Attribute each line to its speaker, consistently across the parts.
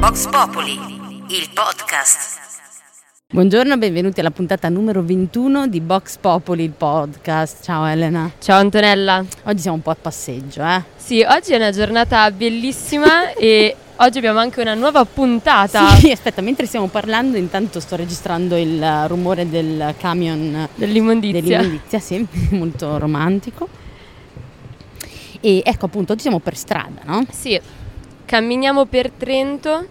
Speaker 1: Vox Populi, il podcast.
Speaker 2: Buongiorno, benvenuti alla puntata numero 21 di Box Popoli, il podcast. Ciao Elena.
Speaker 3: Ciao Antonella.
Speaker 2: Oggi siamo un po' a passeggio, eh?
Speaker 3: Sì, oggi è una giornata bellissima e oggi abbiamo anche una nuova puntata.
Speaker 2: Sì, aspetta, mentre stiamo parlando, intanto sto registrando il eh, rumore del camion eh,
Speaker 3: Dell'immondizia.
Speaker 2: dell'immondizia, sì, molto romantico. E ecco appunto, oggi siamo per strada, no?
Speaker 3: Sì, camminiamo per Trento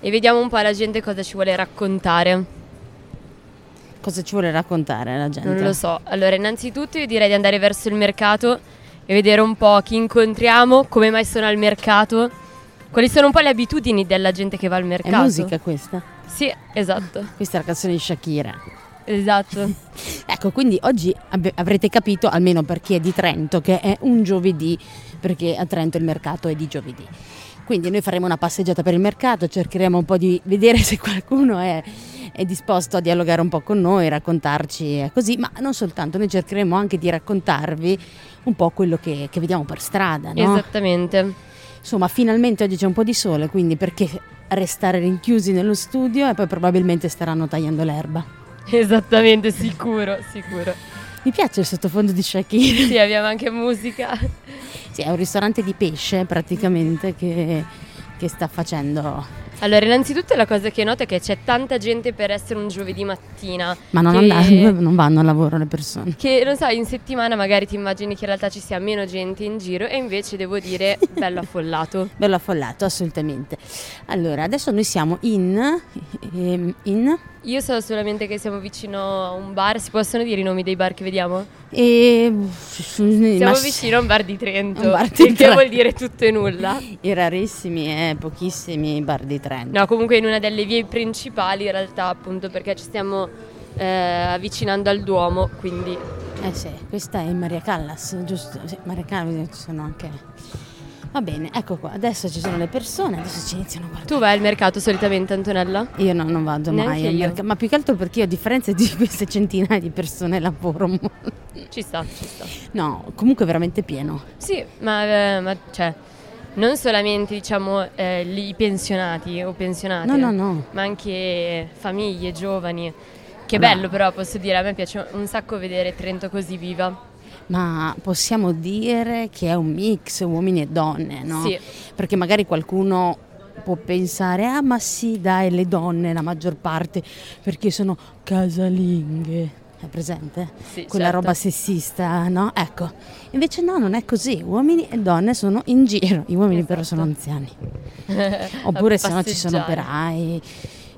Speaker 3: e vediamo un po' la gente cosa ci vuole raccontare.
Speaker 2: Cosa ci vuole raccontare la gente?
Speaker 3: Non lo so. Allora, innanzitutto io direi di andare verso il mercato e vedere un po' chi incontriamo, come mai sono al mercato, quali sono un po' le abitudini della gente che va al
Speaker 2: È
Speaker 3: mercato.
Speaker 2: musica questa?
Speaker 3: Sì, esatto,
Speaker 2: Questa è la canzone di Shakira.
Speaker 3: esatto.
Speaker 2: Ecco, quindi oggi abbe- avrete capito, almeno per chi è di Trento, che è un giovedì, perché a Trento il mercato è di giovedì. Quindi noi faremo una passeggiata per il mercato, cercheremo un po' di vedere se qualcuno è, è disposto a dialogare un po' con noi, raccontarci eh, così, ma non soltanto, noi cercheremo anche di raccontarvi un po' quello che, che vediamo per strada. No?
Speaker 3: Esatto. Esattamente.
Speaker 2: Insomma, finalmente oggi c'è un po' di sole, quindi perché restare rinchiusi nello studio e poi probabilmente staranno tagliando l'erba.
Speaker 3: Esattamente, sicuro, sicuro.
Speaker 2: Mi piace il sottofondo di Shakira.
Speaker 3: Sì, abbiamo anche musica.
Speaker 2: Sì, è un ristorante di pesce praticamente che, che sta facendo.
Speaker 3: Allora, innanzitutto la cosa che noto è che c'è tanta gente per essere un giovedì mattina.
Speaker 2: Ma non,
Speaker 3: Che-
Speaker 2: andando- non vanno a lavoro le persone.
Speaker 3: Che non so, in settimana magari ti immagini che in realtà ci sia meno gente in giro e invece devo dire bello affollato.
Speaker 2: Bello affollato, assolutamente. Allora, adesso noi siamo in. ehm, in
Speaker 3: Io so solamente che siamo vicino a un bar, si possono dire i nomi dei bar che vediamo?
Speaker 2: e,
Speaker 3: Siamo vicino a un bar di Trento.
Speaker 2: Un bar di
Speaker 3: il che
Speaker 2: Trento.
Speaker 3: vuol dire tutto e nulla.
Speaker 2: I rarissimi e pochissimi bar di Trento.
Speaker 3: No, comunque in una delle vie principali in realtà, appunto, perché ci stiamo eh, avvicinando al Duomo, quindi
Speaker 2: Eh sì, questa è Maria Callas, giusto? Sì, Maria Callas ci sono anche. Va bene, ecco qua, adesso ci sono le persone, adesso ci iniziano a guardare.
Speaker 3: Tu vai al mercato solitamente, Antonella?
Speaker 2: Io no, non vado mai
Speaker 3: Neanche
Speaker 2: al
Speaker 3: io.
Speaker 2: mercato, ma più che altro perché io a differenza di queste centinaia di persone lavoro. mo-
Speaker 3: Ci sta, ci sta.
Speaker 2: No, comunque è veramente pieno.
Speaker 3: Sì, ma, eh, ma, cioè, non solamente diciamo eh, li- i pensionati o pensionate,
Speaker 2: No, no, no.
Speaker 3: ma anche famiglie, giovani. Che
Speaker 2: No.
Speaker 3: bello però, posso dire, a me piace un sacco vedere Trento così viva.
Speaker 2: Ma possiamo dire che è un mix uomini e donne, no?
Speaker 3: Sì,
Speaker 2: Perché magari qualcuno può pensare, ah ma sì, dai, le donne la maggior parte, perché sono casalinghe. È presente?
Speaker 3: sì,
Speaker 2: Quella
Speaker 3: certo.
Speaker 2: roba sessista, no? Ecco. Invece no, non è così. Uomini e donne sono in giro. Gli uomini però sono
Speaker 3: Esatto.
Speaker 2: anziani. Oppure
Speaker 3: A
Speaker 2: se no ci sono
Speaker 3: passeggiare.
Speaker 2: operai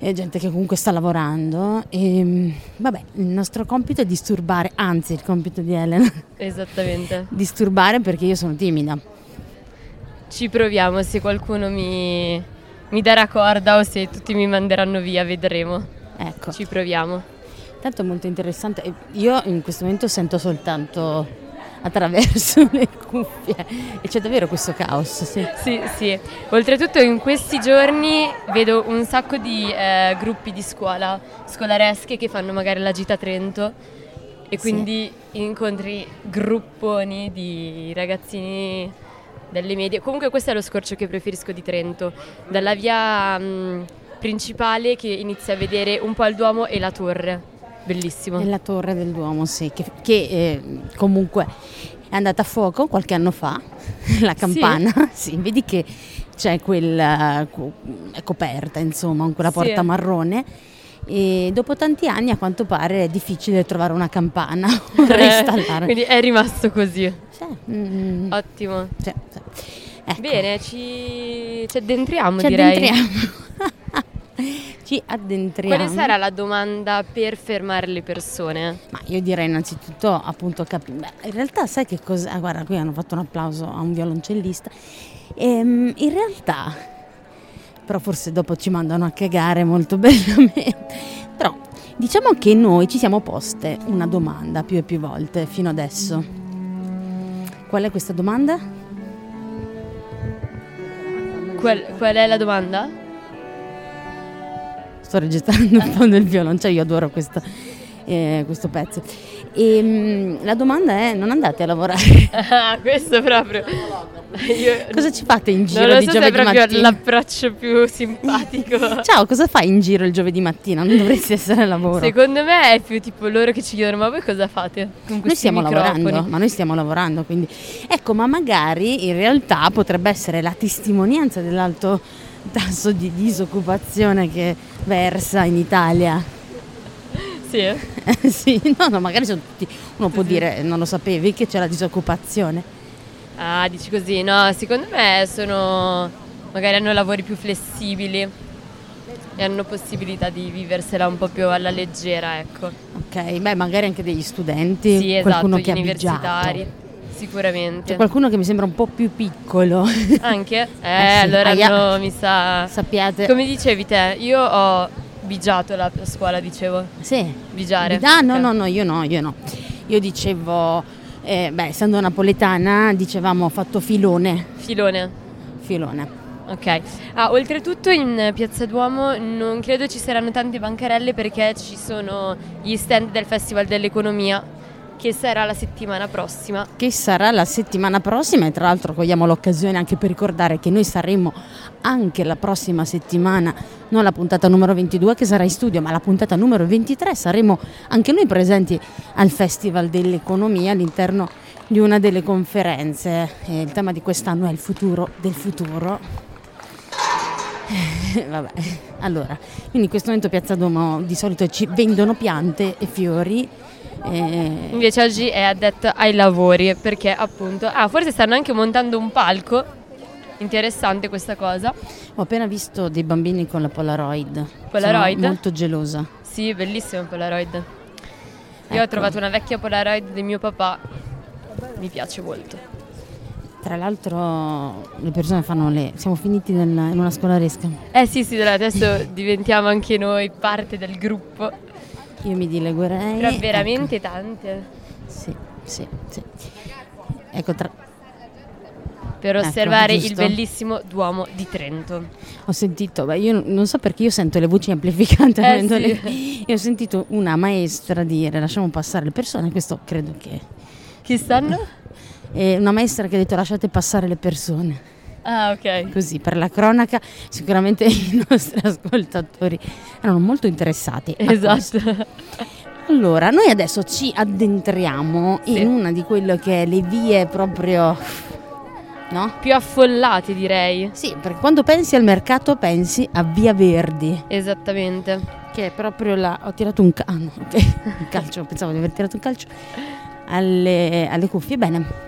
Speaker 2: e gente che comunque sta lavorando. E, mm, vabbè, il nostro compito è disturbare, anzi il compito di Elena,
Speaker 3: Esattamente.
Speaker 2: disturbare perché io sono timida.
Speaker 3: Ci proviamo se qualcuno mi, mi darà corda o se tutti mi manderanno via, vedremo.
Speaker 2: Ecco,
Speaker 3: Ci proviamo.
Speaker 2: tanto è molto interessante. E Io in questo momento sento soltanto attraverso le cuffie e c'è davvero questo caos, sì.
Speaker 3: Sì, sì. Oltretutto in questi giorni vedo un sacco di eh, gruppi di scuola, scolaresche che fanno magari la gita a Trento
Speaker 2: Sì.
Speaker 3: e quindi incontri grupponi di ragazzini delle medie. Comunque questo è lo scorcio che preferisco di Trento, dalla via mh, principale che inizia a vedere un po' il Duomo e la torre. Bellissimo.
Speaker 2: È la torre del Duomo, sì, che, che, eh, comunque è andata a fuoco qualche anno fa, la campana, sì, vedi che c'è quel, eh, cu- è coperta insomma, con quella
Speaker 3: Sì.
Speaker 2: porta marrone e dopo tanti anni a quanto pare è difficile trovare una campana o
Speaker 3: Eh.
Speaker 2: reinstallare.
Speaker 3: quindi è rimasto così.
Speaker 2: Sì, mm,
Speaker 3: Ottimo.
Speaker 2: sì, sì. Ecco,
Speaker 3: Bene, ci, ci addentriamo
Speaker 2: ci
Speaker 3: direi.
Speaker 2: addentriamo. ci addentriamo.
Speaker 3: Quale sarà la domanda per fermare le persone?
Speaker 2: Ma io direi innanzitutto appunto capire. In realtà sai che cosa. ah, Guarda, qui hanno fatto un applauso a un violoncellista. Ehm, in realtà, però forse dopo ci mandano a cagare molto bellamente. Però diciamo che noi ci siamo poste una domanda più e più volte fino adesso. Qual è questa domanda?
Speaker 3: Qual, qual è la domanda?
Speaker 2: Sto registrando il fondo del violoncello, io adoro questo, eh, questo pezzo. Ehm, E, la domanda è: non andate a lavorare?
Speaker 3: Ah, questo proprio. Io-
Speaker 2: Cosa ci fate in giro
Speaker 3: non lo
Speaker 2: di
Speaker 3: so se è
Speaker 2: giovedì
Speaker 3: proprio
Speaker 2: mattina?
Speaker 3: l'approccio più simpatico.
Speaker 2: Ciao, cosa fai in giro il giovedì mattina? Non dovresti essere al lavoro.
Speaker 3: Secondo me è più tipo loro che ci chiedono ma voi cosa fate con
Speaker 2: Noi
Speaker 3: questi
Speaker 2: stiamo
Speaker 3: microfoni?
Speaker 2: lavorando, ma noi stiamo lavorando, quindi ecco, ma magari in realtà potrebbe essere la testimonianza dell'alto tasso di disoccupazione che versa in Italia.
Speaker 3: Sì, eh.
Speaker 2: Eh, sì, no, no, magari sono tutti, uno può
Speaker 3: Sì, sì.
Speaker 2: dire "Eh, non lo sapevi che c'è la disoccupazione.
Speaker 3: Ah, dici così, no, secondo me sono magari hanno lavori più flessibili e hanno possibilità di viversela un po' più alla leggera, ecco.
Speaker 2: Ok, beh, magari anche degli studenti,
Speaker 3: Sì, esatto,
Speaker 2: qualcuno
Speaker 3: gli
Speaker 2: che ha
Speaker 3: universitari,
Speaker 2: bigiato.
Speaker 3: sicuramente.
Speaker 2: C'è qualcuno che mi sembra un po' più piccolo.
Speaker 3: Anche? Eh,
Speaker 2: sì,
Speaker 3: allora
Speaker 2: aia.
Speaker 3: no, mi sa
Speaker 2: Sappiate.
Speaker 3: Ah. Come dicevi te, io ho bigiato la a scuola, dicevo.
Speaker 2: Sì.
Speaker 3: Bigiare.
Speaker 2: Ah, no,
Speaker 3: Ok.
Speaker 2: no, no, io no, io no. Io dicevo, eh, beh, essendo napoletana, dicevamo ho fatto filone.
Speaker 3: Filone.
Speaker 2: Filone.
Speaker 3: Ok, ah, oltretutto in Piazza Duomo non credo ci saranno tante bancarelle perché ci sono gli stand del Festival dell'Economia che sarà la settimana prossima.
Speaker 2: Che sarà la settimana prossima e tra l'altro cogliamo l'occasione anche per ricordare che noi saremo anche la prossima settimana, non la puntata numero 22 che sarà in studio, ma la puntata numero 23 saremo anche noi presenti al Festival dell'Economia all'interno di una delle conferenze. E il tema di quest'anno è il futuro del futuro. Eh, Vabbè, allora, quindi in questo momento Piazza Duomo di solito ci vendono piante e fiori. eh,
Speaker 3: Invece oggi è addetto ai lavori perché appunto, ah forse stanno anche montando un palco, interessante questa cosa.
Speaker 2: Ho appena visto dei bambini con la Polaroid.
Speaker 3: Polaroid?
Speaker 2: Sono molto gelosa.
Speaker 3: Sì, bellissimo il Polaroid. Io ho
Speaker 2: Ecco.
Speaker 3: trovato una vecchia Polaroid di mio papà, mi piace molto.
Speaker 2: Tra l'altro le persone fanno le... Siamo finiti nel- in una scolaresca.
Speaker 3: Eh sì, sì, allora adesso diventiamo anche noi parte del gruppo.
Speaker 2: Io mi dileguerei.
Speaker 3: Però
Speaker 2: ecco.
Speaker 3: veramente tante.
Speaker 2: Sì, sì, sì. Ecco, tra-
Speaker 3: Per
Speaker 2: Ecco,
Speaker 3: osservare il
Speaker 2: giusto.
Speaker 3: bellissimo Duomo di Trento.
Speaker 2: ho sentito, beh, io non so perché io sento le voci amplificate.
Speaker 3: Eh,
Speaker 2: avendo
Speaker 3: sì.
Speaker 2: le- Io ho sentito una maestra dire lasciamo passare le persone, questo credo che...
Speaker 3: Chi stanno?
Speaker 2: È una maestra che ha detto lasciate passare le persone.
Speaker 3: Ah, ok.
Speaker 2: Così, per la cronaca, sicuramente i nostri ascoltatori erano molto interessati. a questo.
Speaker 3: Esatto.
Speaker 2: Allora, noi adesso ci addentriamo
Speaker 3: Sì.
Speaker 2: in una di quelle che è le vie proprio... No?
Speaker 3: Più affollati, direi.
Speaker 2: Sì, perché quando pensi al mercato pensi a Via Verdi,
Speaker 3: Esattamente.
Speaker 2: che è proprio la... Ho tirato un, ca- ah, no, ok, un calcio, pensavo di aver tirato un calcio alle, alle cuffie. Bene.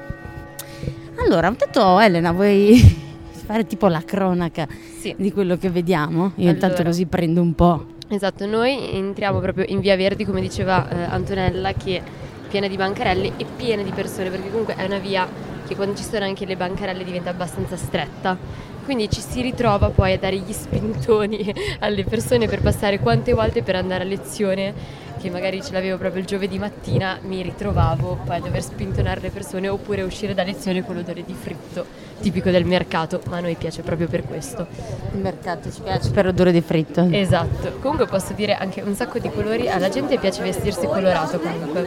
Speaker 2: Allora, ho detto Elena, vuoi fare tipo la cronaca
Speaker 3: Sì.
Speaker 2: di quello che vediamo. Io intanto
Speaker 3: Allora.
Speaker 2: così prendo un po'.
Speaker 3: Esatto, noi entriamo proprio in Via Verdi, come diceva eh, Antonella, che è piena di bancarelle e piena di persone, perché comunque è una via che quando ci sono anche le bancarelle diventa abbastanza stretta. Quindi ci si ritrova poi a dare gli spintoni alle persone per passare quante volte per andare a lezione, che magari ce l'avevo proprio il giovedì mattina, mi ritrovavo poi a dover spintonare le persone oppure uscire da lezione con l'odore di fritto, tipico del mercato, ma a noi piace proprio per questo.
Speaker 2: Il mercato ci piace per odore di fritto.
Speaker 3: Esatto, comunque posso dire anche un sacco di colori, alla gente piace vestirsi colorato comunque,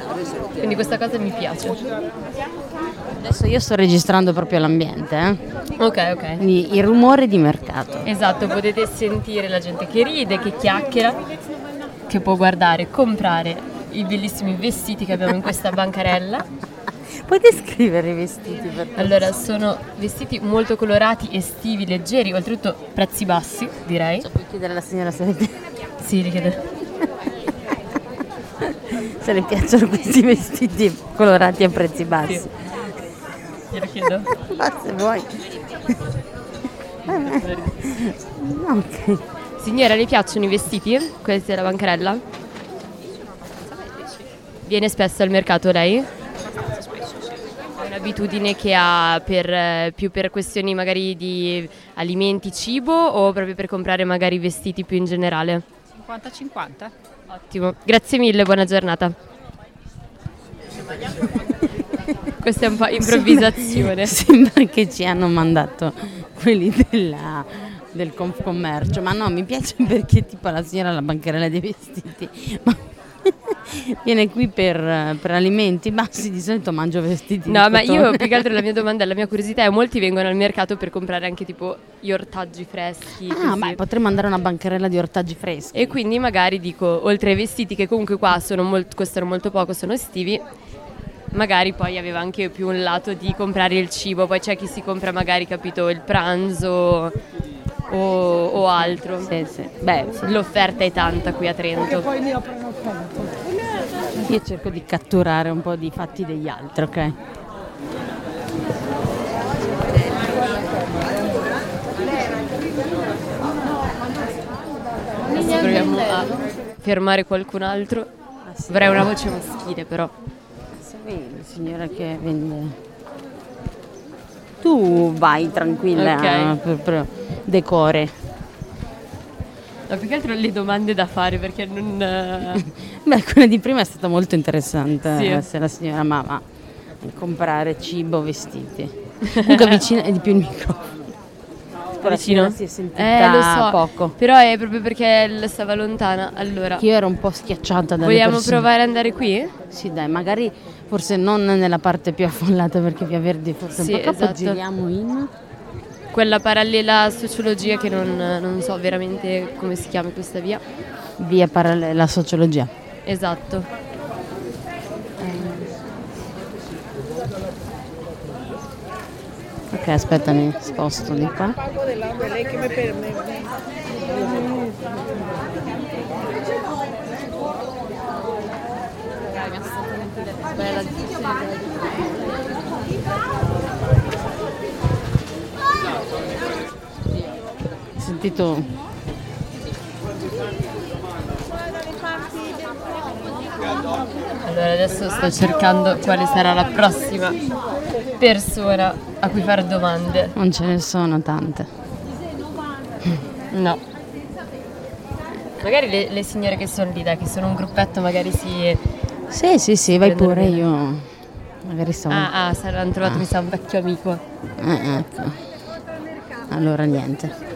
Speaker 3: quindi questa cosa mi piace.
Speaker 2: Adesso io sto registrando proprio l'ambiente, eh.
Speaker 3: Ok, ok.
Speaker 2: quindi il rumore di mercato.
Speaker 3: Esatto, potete sentire la gente che ride, che chiacchiera, che può guardare, comprare i bellissimi vestiti che abbiamo in questa bancarella.
Speaker 2: Puoi descrivere i vestiti per favore?
Speaker 3: Allora, sono vestiti molto colorati, estivi, leggeri, oltretutto prezzi bassi, direi.
Speaker 2: Puoi chiedere alla signora se le, pi-
Speaker 3: Sì, li chiedo.
Speaker 2: se le piacciono questi vestiti colorati a prezzi bassi.
Speaker 3: Sì. Glielo chiedo.
Speaker 2: Ma se vuoi. No, ok.
Speaker 3: Signora, le piacciono i vestiti? Questa è la bancarella? Viene spesso al mercato lei? È un'abitudine che ha per, eh, più per questioni magari di alimenti, cibo o proprio per comprare magari vestiti più in generale?
Speaker 4: 50-50?
Speaker 3: Ottimo, grazie mille, buona giornata. Questa è un po' improvvisazione.
Speaker 2: Sembra, sembra che ci hanno mandato quelli della- del Confcommercio, ma no, mi piace perché tipo la signora alla bancarella dei vestiti. Ma Viene qui per, per alimenti, ma sì, di solito mangio vestiti. di
Speaker 3: No, ma
Speaker 2: cotone.
Speaker 3: io più che altro la mia domanda, la mia curiosità è molti vengono al mercato per comprare anche tipo gli ortaggi freschi.
Speaker 2: Ah,
Speaker 3: così.
Speaker 2: ma potremmo andare a una bancarella di ortaggi freschi.
Speaker 3: E quindi magari dico, oltre ai vestiti che comunque qua sono molt- costano molto poco, sono estivi, magari poi aveva anche più un lato di comprare il cibo, poi c'è chi si compra magari, capito, il pranzo o, o altro.
Speaker 2: Sì, sì.
Speaker 3: Beh, l'offerta è tanta qui a Trento.
Speaker 2: Io cerco di catturare un po' di fatti degli altri, ok?
Speaker 3: Adesso proviamo a fermare qualcun altro.
Speaker 2: Ah,
Speaker 3: Avrei una voce maschile però.
Speaker 2: La signora che vende. Tu vai tranquilla,
Speaker 3: Ok.
Speaker 2: per- per- decore.
Speaker 3: No, più che altro le domande da fare perché non... eh,
Speaker 2: Beh, quella di prima è stata molto interessante,
Speaker 3: Sì.
Speaker 2: eh, se la signora ma va a comprare cibo, vestiti. Comunque avvicina di più il microfono. La signora si è sentita
Speaker 3: Eh, lo so,
Speaker 2: poco.
Speaker 3: Però è proprio perché l- stava lontana. Allora,
Speaker 2: Io ero un po' schiacciata dalle
Speaker 3: vogliamo
Speaker 2: persone.
Speaker 3: provare ad andare qui?
Speaker 2: Sì, dai, magari forse non nella parte più affollata perché Via Verdi forse
Speaker 3: Sì,
Speaker 2: un po' troppo.
Speaker 3: esatto.
Speaker 2: giriamo in
Speaker 3: Quella parallela a sociologia che non, non so veramente come si chiami questa via.
Speaker 2: via parallela sociologia.
Speaker 3: Esatto.
Speaker 2: Ok, aspetta, mi sposto di qua. Ho sentito
Speaker 3: Allora adesso sto cercando quale sarà la prossima persona a cui fare domande.
Speaker 2: non ce ne sono tante.
Speaker 3: No. Magari le, le signore che sono lì, dai, che sono un gruppetto, magari si.
Speaker 2: Sì, sì, sì, vai
Speaker 3: Prendono
Speaker 2: pure
Speaker 3: bene.
Speaker 2: io. Magari stavo.
Speaker 3: Ah, ah, hanno trovato, mi sa, un vecchio amico.
Speaker 2: Eh, ecco. Allora niente.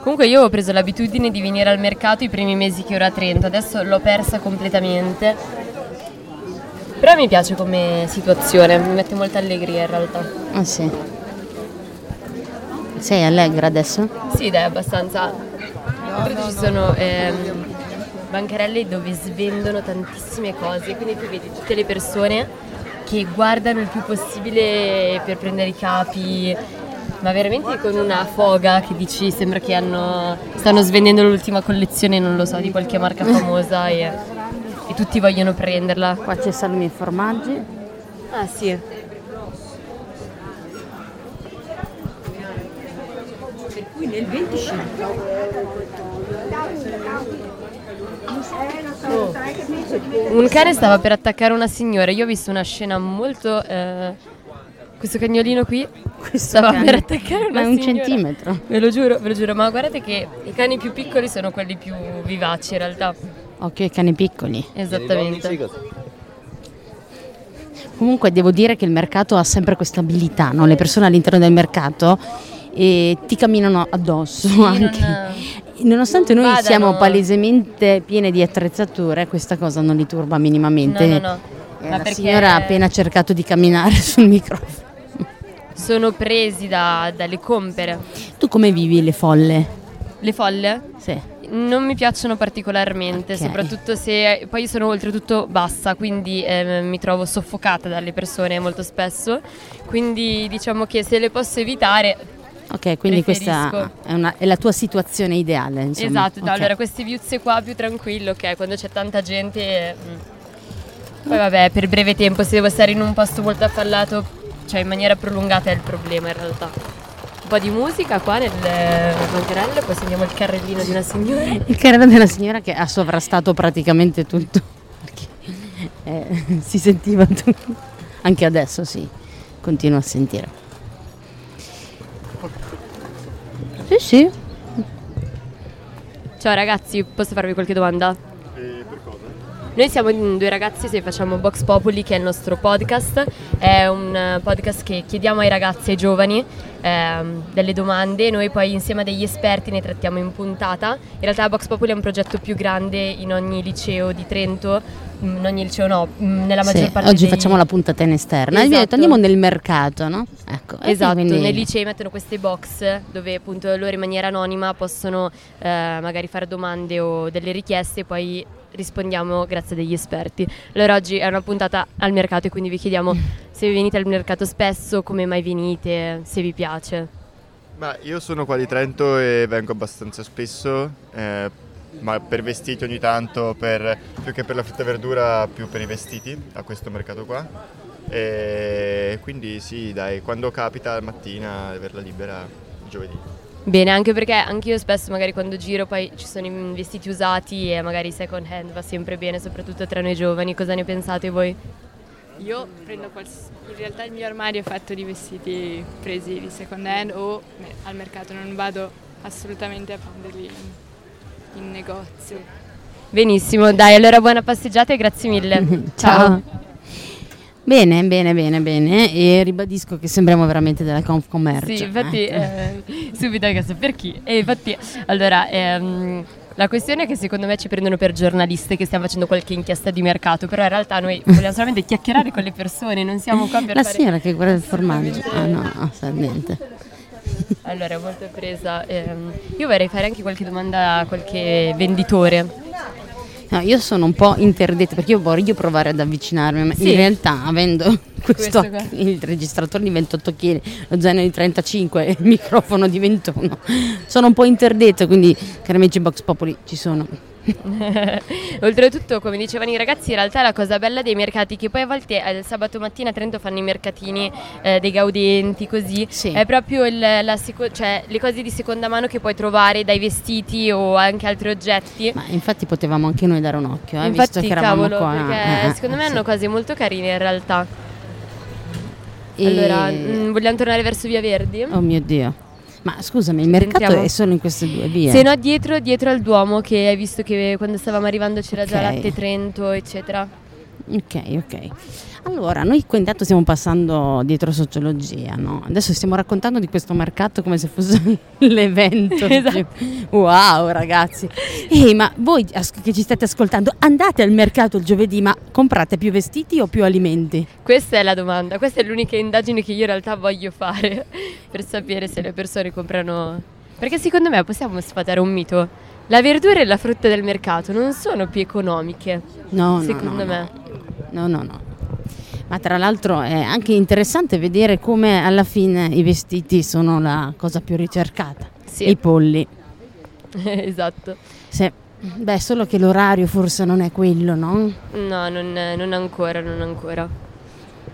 Speaker 3: Comunque io ho preso l'abitudine di venire al mercato i primi mesi che ero a Trento, adesso l'ho persa completamente. Però mi piace come situazione, mi mette molta allegria in realtà.
Speaker 2: Ah sì. Sei allegra adesso?
Speaker 3: Sì, dai, abbastanza. Oltretutto ci sono ehm, bancarelle dove svendono tantissime cose, quindi tu vedi tutte le persone che guardano il più possibile per prendere i capi, ma veramente con una foga che dici sembra che hanno, stanno svendendo l'ultima collezione, non lo so, di qualche marca famosa e, e tutti vogliono prenderla.
Speaker 2: Qua c'è salumi e formaggi.
Speaker 3: Ah sì. Oh. Un cane stava per attaccare una signora, io ho visto una scena molto... eh, questo cagnolino qui stava
Speaker 2: cane.
Speaker 3: per attaccare
Speaker 2: Ma
Speaker 3: una
Speaker 2: è un
Speaker 3: signora.
Speaker 2: centimetro.
Speaker 3: Ve lo giuro, ve lo giuro, ma guardate che i cani più piccoli sono quelli più vivaci in realtà.
Speaker 2: Occhio ai cani piccoli.
Speaker 3: Esattamente.
Speaker 2: Comunque devo dire che il mercato ha sempre questa abilità, no? Le persone all'interno del mercato eh, ti camminano addosso anche.
Speaker 3: non-
Speaker 2: eh, Nonostante
Speaker 3: non
Speaker 2: noi
Speaker 3: vadano-
Speaker 2: siamo palesemente piene di attrezzature, questa cosa non li turba minimamente.
Speaker 3: No, no, no.
Speaker 2: Eh,
Speaker 3: Ma
Speaker 2: la
Speaker 3: perché-
Speaker 2: signora ha appena cercato di camminare sul microfono.
Speaker 3: Sono presi da- dalle compere.
Speaker 2: Tu come vivi le folle?
Speaker 3: Le folle?
Speaker 2: Sì.
Speaker 3: Non mi piacciono particolarmente,
Speaker 2: Ok.
Speaker 3: soprattutto se poi io sono oltretutto bassa, quindi ehm, mi trovo soffocata dalle persone molto spesso. Quindi diciamo che se le posso evitare.
Speaker 2: Ok, quindi questa
Speaker 3: Preferisco.
Speaker 2: è, una- è la tua situazione ideale. Insomma.
Speaker 3: esatto, no,
Speaker 2: Ok.
Speaker 3: allora queste viuzze qua più tranquillo, ok, quando c'è tanta gente. eh, mm. Poi vabbè, per breve tempo, se devo stare in un posto molto affallato, cioè in maniera prolungata è il problema in realtà. Un po' di musica qua nel bancarello, poi sentiamo il carrellino di una signora.
Speaker 2: Il carrello della signora che ha sovrastato praticamente tutto. Perché eh, si sentiva tutto. Anche adesso si continua a sentire. Sì, sì.
Speaker 3: Ciao ragazzi, posso farvi qualche domanda? Eh, per cosa? Noi siamo in due ragazzi se facciamo Box Popoli, che è il nostro podcast. È un eh, podcast che chiediamo ai ragazzi e ai giovani ehm, delle domande. Noi poi insieme a degli esperti ne trattiamo in puntata. In realtà Box Popoli è un progetto più grande in ogni liceo di Trento. mm, In ogni liceo no, mm, nella maggior
Speaker 2: Sì,
Speaker 3: parte
Speaker 2: oggi
Speaker 3: dei-
Speaker 2: facciamo la puntata in esterna. E mi ha detto
Speaker 3: Esatto.
Speaker 2: andiamo nel mercato, no? Ecco. e
Speaker 3: Esatto,
Speaker 2: quindi-
Speaker 3: nei licei mettono queste box dove appunto loro in maniera anonima possono eh, magari fare domande o delle richieste e poi rispondiamo grazie agli esperti. Allora oggi è una puntata al mercato e quindi vi chiediamo se venite al mercato spesso, come mai venite, se vi piace.
Speaker 4: Ma io sono qua di Trento e vengo abbastanza spesso, eh, ma per vestiti ogni tanto, per- più che per la frutta e verdura, più per i vestiti a questo mercato qua. E quindi sì, dai, quando capita la mattina, averla libera giovedì.
Speaker 3: Bene, anche perché anche io spesso magari quando giro poi ci sono i vestiti usati e magari second hand va sempre bene, soprattutto tra noi giovani. Cosa ne pensate voi?
Speaker 5: Io prendo quals- in realtà il mio armadio è fatto di vestiti presi di second hand o me- al mercato, non vado assolutamente a prenderli in, in negozio.
Speaker 3: Benissimo, dai, allora buona passeggiata e grazie mille.
Speaker 2: Ciao. Ah. Bene, bene, bene, bene. E ribadisco che sembriamo veramente della Confcommercio.
Speaker 3: Sì, infatti,
Speaker 2: eh.
Speaker 3: eh, subito a caso per chi? E infatti, allora, ehm, la questione è che secondo me ci prendono per giornaliste che stiamo facendo qualche inchiesta di mercato, però in realtà noi vogliamo solamente chiacchierare con le persone, non siamo qua per
Speaker 2: La
Speaker 3: fare...
Speaker 2: signora che guarda il formaggio. Ah no, no, sa niente.
Speaker 3: Allora, molto presa. ehm, io vorrei fare anche qualche domanda a qualche venditore.
Speaker 2: No, io sono un po' interdetta perché io voglio provare ad avvicinarmi, ma
Speaker 3: Sì.
Speaker 2: in realtà avendo questo,
Speaker 3: Questo qua.
Speaker 2: il registratore di 28 kg, lo zaino di 35 e il microfono di 21, sono un po' interdetta, quindi cari amici Box Popoli ci sono.
Speaker 3: Oltretutto, come dicevano i ragazzi, in realtà la cosa bella dei mercati, che poi a volte eh, il sabato mattina a Trento fanno i mercatini eh, dei gaudenti, così,
Speaker 2: Sì.
Speaker 3: È proprio il- la seco- cioè, le cose di seconda mano che puoi trovare dai vestiti o anche altri oggetti.
Speaker 2: Ma infatti potevamo anche noi dare un occhio, eh, visto
Speaker 3: Infatti,
Speaker 2: che eravamo
Speaker 3: cavolo,
Speaker 2: qua.
Speaker 3: perché
Speaker 2: eh, eh,
Speaker 3: secondo me
Speaker 2: sì.
Speaker 3: hanno cose molto carine in realtà.
Speaker 2: E-
Speaker 3: Allora, mm, vogliamo tornare verso Via Verdi?
Speaker 2: Oh mio Dio. Ma scusami, il mercato
Speaker 3: Entriamo?
Speaker 2: è solo in queste due vie.
Speaker 3: Se no, dietro, dietro al Duomo, che hai visto che quando stavamo arrivando c'era già
Speaker 2: Ok.
Speaker 3: Latte Trento, eccetera.
Speaker 2: Ok, ok. Allora, noi qua intanto stiamo passando dietro sociologia, no? Adesso stiamo raccontando di questo mercato come se fosse l'evento.
Speaker 3: Esatto.
Speaker 2: Wow, ragazzi. Ehi, ma voi as- che ci state ascoltando, andate al mercato il giovedì, ma comprate più vestiti o più alimenti?
Speaker 3: Questa è la domanda, questa è l'unica indagine che io in realtà voglio fare per sapere se le persone comprano... Perché secondo me possiamo sfatare un mito. La verdura e la frutta del mercato non sono più economiche.
Speaker 2: No, no,
Speaker 3: Secondo
Speaker 2: no,
Speaker 3: me.
Speaker 2: No, no, no. no. Ma tra l'altro è anche interessante vedere come alla fine i vestiti sono la cosa più ricercata.
Speaker 3: Sì.
Speaker 2: I polli.
Speaker 3: esatto.
Speaker 2: Se- Beh, solo che l'orario forse non è quello, no?
Speaker 3: No, non, non ancora, non ancora.